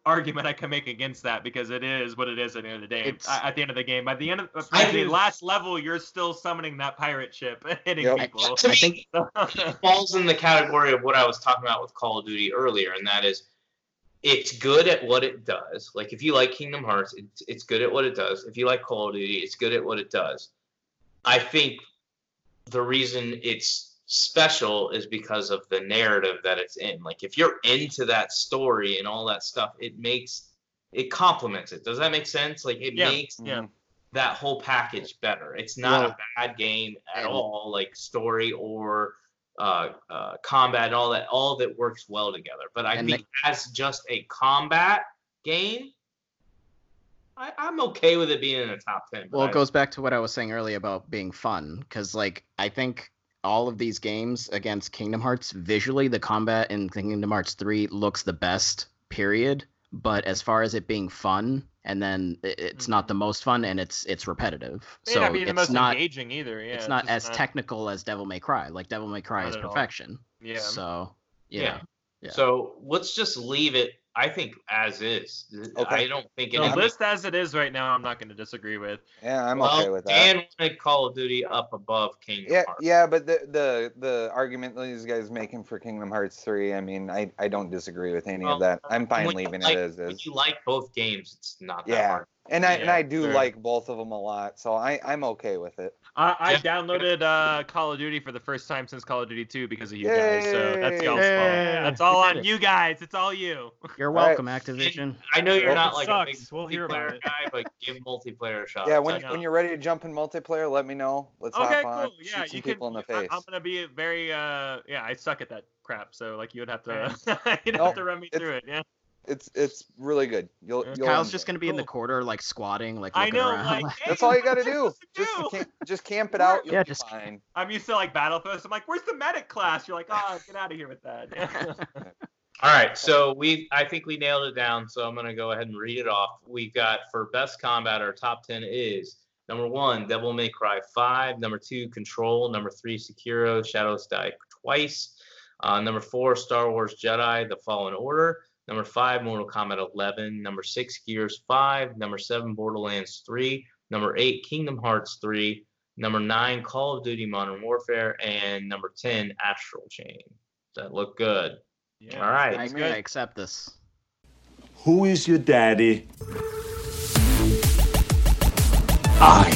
[SPEAKER 7] argument I can make against that because it is what it is at the end of the day.
[SPEAKER 9] It's-
[SPEAKER 7] I- at the end of the game, by the end of
[SPEAKER 6] I
[SPEAKER 7] by the
[SPEAKER 6] do-
[SPEAKER 7] last level, you're still summoning that pirate ship, [LAUGHS] and hitting
[SPEAKER 10] Yep.
[SPEAKER 7] people.
[SPEAKER 6] to
[SPEAKER 7] [LAUGHS]
[SPEAKER 9] I
[SPEAKER 6] me,
[SPEAKER 9] think-
[SPEAKER 6] it falls in the category of what I was talking about with Call of Duty earlier, and that is it's good at what it does. Like if you like Kingdom Hearts, it's it's good at what it does. If you like Call of Duty, it's good at what it does. I think the reason it's special is because of the narrative that it's in. Like if you're into that story and all that stuff, it makes it complements it. Does that make sense? Like it
[SPEAKER 7] Yeah.
[SPEAKER 6] makes
[SPEAKER 7] yeah.
[SPEAKER 6] that whole package better. It's not
[SPEAKER 10] Well-
[SPEAKER 6] a bad game at
[SPEAKER 9] And-
[SPEAKER 6] all, like story or uh, uh, combat and all that. All that works well together. But I
[SPEAKER 9] And
[SPEAKER 6] think as just a combat game, I, I'm okay with it being in the top ten. but
[SPEAKER 9] Well,
[SPEAKER 6] I-
[SPEAKER 9] it goes back to what I was saying earlier about being fun, because like I think all of these games against Kingdom Hearts visually, the combat in Kingdom Hearts three looks the best. Period. But as far as it being fun, and then i- it's not
[SPEAKER 7] Mm-hmm.
[SPEAKER 9] the most fun, and it's it's repetitive.
[SPEAKER 7] May
[SPEAKER 9] so
[SPEAKER 7] not be the
[SPEAKER 9] it's
[SPEAKER 7] most
[SPEAKER 9] not
[SPEAKER 7] engaging either. Yeah,
[SPEAKER 9] it's not as
[SPEAKER 7] just
[SPEAKER 9] technical as Devil May Cry. Like Devil May Cry
[SPEAKER 7] Not
[SPEAKER 9] is
[SPEAKER 7] at all.
[SPEAKER 9] perfection.
[SPEAKER 7] Yeah.
[SPEAKER 9] So
[SPEAKER 6] Yeah.
[SPEAKER 9] yeah. Yeah.
[SPEAKER 6] So let's just leave it. I think as is. I
[SPEAKER 10] Okay.
[SPEAKER 6] don't think
[SPEAKER 7] The
[SPEAKER 6] anything.
[SPEAKER 7] list as it is right now, I'm not going to disagree with.
[SPEAKER 10] Yeah, I'm
[SPEAKER 6] well,
[SPEAKER 10] okay with that.
[SPEAKER 6] Dan wanted Call of Duty up above Kingdom
[SPEAKER 10] yeah,
[SPEAKER 6] Hearts.
[SPEAKER 10] yeah, but the, the the argument that these guys making for Kingdom Hearts three, I mean, I, I don't disagree with any
[SPEAKER 6] Well,
[SPEAKER 10] of that. I'm fine
[SPEAKER 6] when you
[SPEAKER 10] leaving
[SPEAKER 6] like-
[SPEAKER 10] it as
[SPEAKER 6] If
[SPEAKER 10] is.
[SPEAKER 6] you like both games, it's not that
[SPEAKER 10] Yeah.
[SPEAKER 6] hard.
[SPEAKER 10] And I and
[SPEAKER 7] Yeah,
[SPEAKER 10] I do
[SPEAKER 7] sure.
[SPEAKER 10] like both of them a lot, so I I'm okay with it.
[SPEAKER 7] I, I
[SPEAKER 6] Yeah.
[SPEAKER 7] downloaded uh, Call of Duty for the first time since Call of Duty 2 because of you guys. So that's
[SPEAKER 10] Yay.
[SPEAKER 7] y'all's fault.
[SPEAKER 8] Yeah.
[SPEAKER 7] That's all on you guys. It's all you.
[SPEAKER 9] You're
[SPEAKER 10] [LAUGHS] All right.
[SPEAKER 9] welcome, Activision.
[SPEAKER 6] I know you're
[SPEAKER 10] Well,
[SPEAKER 6] not
[SPEAKER 8] it
[SPEAKER 6] like a big
[SPEAKER 8] sucks. We'll hear about
[SPEAKER 6] multiplayer
[SPEAKER 8] it.
[SPEAKER 6] guy, but give multiplayer a shot.
[SPEAKER 10] yeah,
[SPEAKER 6] It's
[SPEAKER 10] when,
[SPEAKER 6] like-
[SPEAKER 10] when you're ready to jump in multiplayer, let me know. Let's
[SPEAKER 7] uh, okay,
[SPEAKER 10] hop on.
[SPEAKER 7] cool. Yeah,
[SPEAKER 10] shoot some
[SPEAKER 7] you can.
[SPEAKER 10] people in the
[SPEAKER 7] I,
[SPEAKER 10] face.
[SPEAKER 7] I'm gonna be very. Uh, yeah, I suck at that crap. So like, you would have to. [LAUGHS] you'd
[SPEAKER 10] Nope.
[SPEAKER 7] have to run me
[SPEAKER 10] It's-
[SPEAKER 7] through it. Yeah.
[SPEAKER 10] It's it's really good. You'll,
[SPEAKER 7] Yeah.
[SPEAKER 10] you'll
[SPEAKER 9] Uh, Kyle's
[SPEAKER 10] enjoy
[SPEAKER 9] just
[SPEAKER 10] it.
[SPEAKER 9] gonna be in the
[SPEAKER 7] Cool.
[SPEAKER 9] corner, like squatting, like
[SPEAKER 7] I
[SPEAKER 9] looking
[SPEAKER 7] know.
[SPEAKER 9] around.
[SPEAKER 7] Like,
[SPEAKER 9] [LAUGHS] like,
[SPEAKER 7] hey,
[SPEAKER 10] That's all you
[SPEAKER 7] what
[SPEAKER 10] gotta
[SPEAKER 7] am I
[SPEAKER 10] do.
[SPEAKER 7] supposed to
[SPEAKER 10] Just
[SPEAKER 7] do?
[SPEAKER 10] camp, just camp it out. You'll
[SPEAKER 9] Yeah,
[SPEAKER 10] be
[SPEAKER 9] just-
[SPEAKER 10] fine.
[SPEAKER 7] I'm used to like Battlefield. so I'm like, where's the medic class? You're like, oh, get out of here with that. [LAUGHS]
[SPEAKER 6] All right, so we I think we nailed it down. So I'm gonna go ahead and read it off. We've got for best combat, our top ten is number one, Devil May Cry Five, number two, Control, number three, Sekiro, Shadows Die twice, uh, number four, Star Wars Jedi: The Fallen Order, number five, Mortal Kombat 11, number six, Gears 5, number seven, Borderlands 3, number eight, Kingdom Hearts 3, number nine, Call of Duty: Modern Warfare, and number ten, Astral Chain. Does That look good.
[SPEAKER 7] yeah.
[SPEAKER 6] All right.
[SPEAKER 9] I, I accept this.
[SPEAKER 1] Who is your daddy? I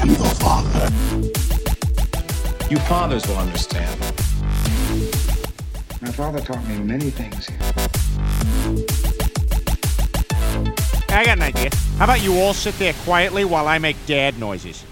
[SPEAKER 1] am the father.
[SPEAKER 2] You fathers will understand.
[SPEAKER 3] My father taught me many things.
[SPEAKER 4] I got an idea. How about you all sit there quietly while I make dad noises?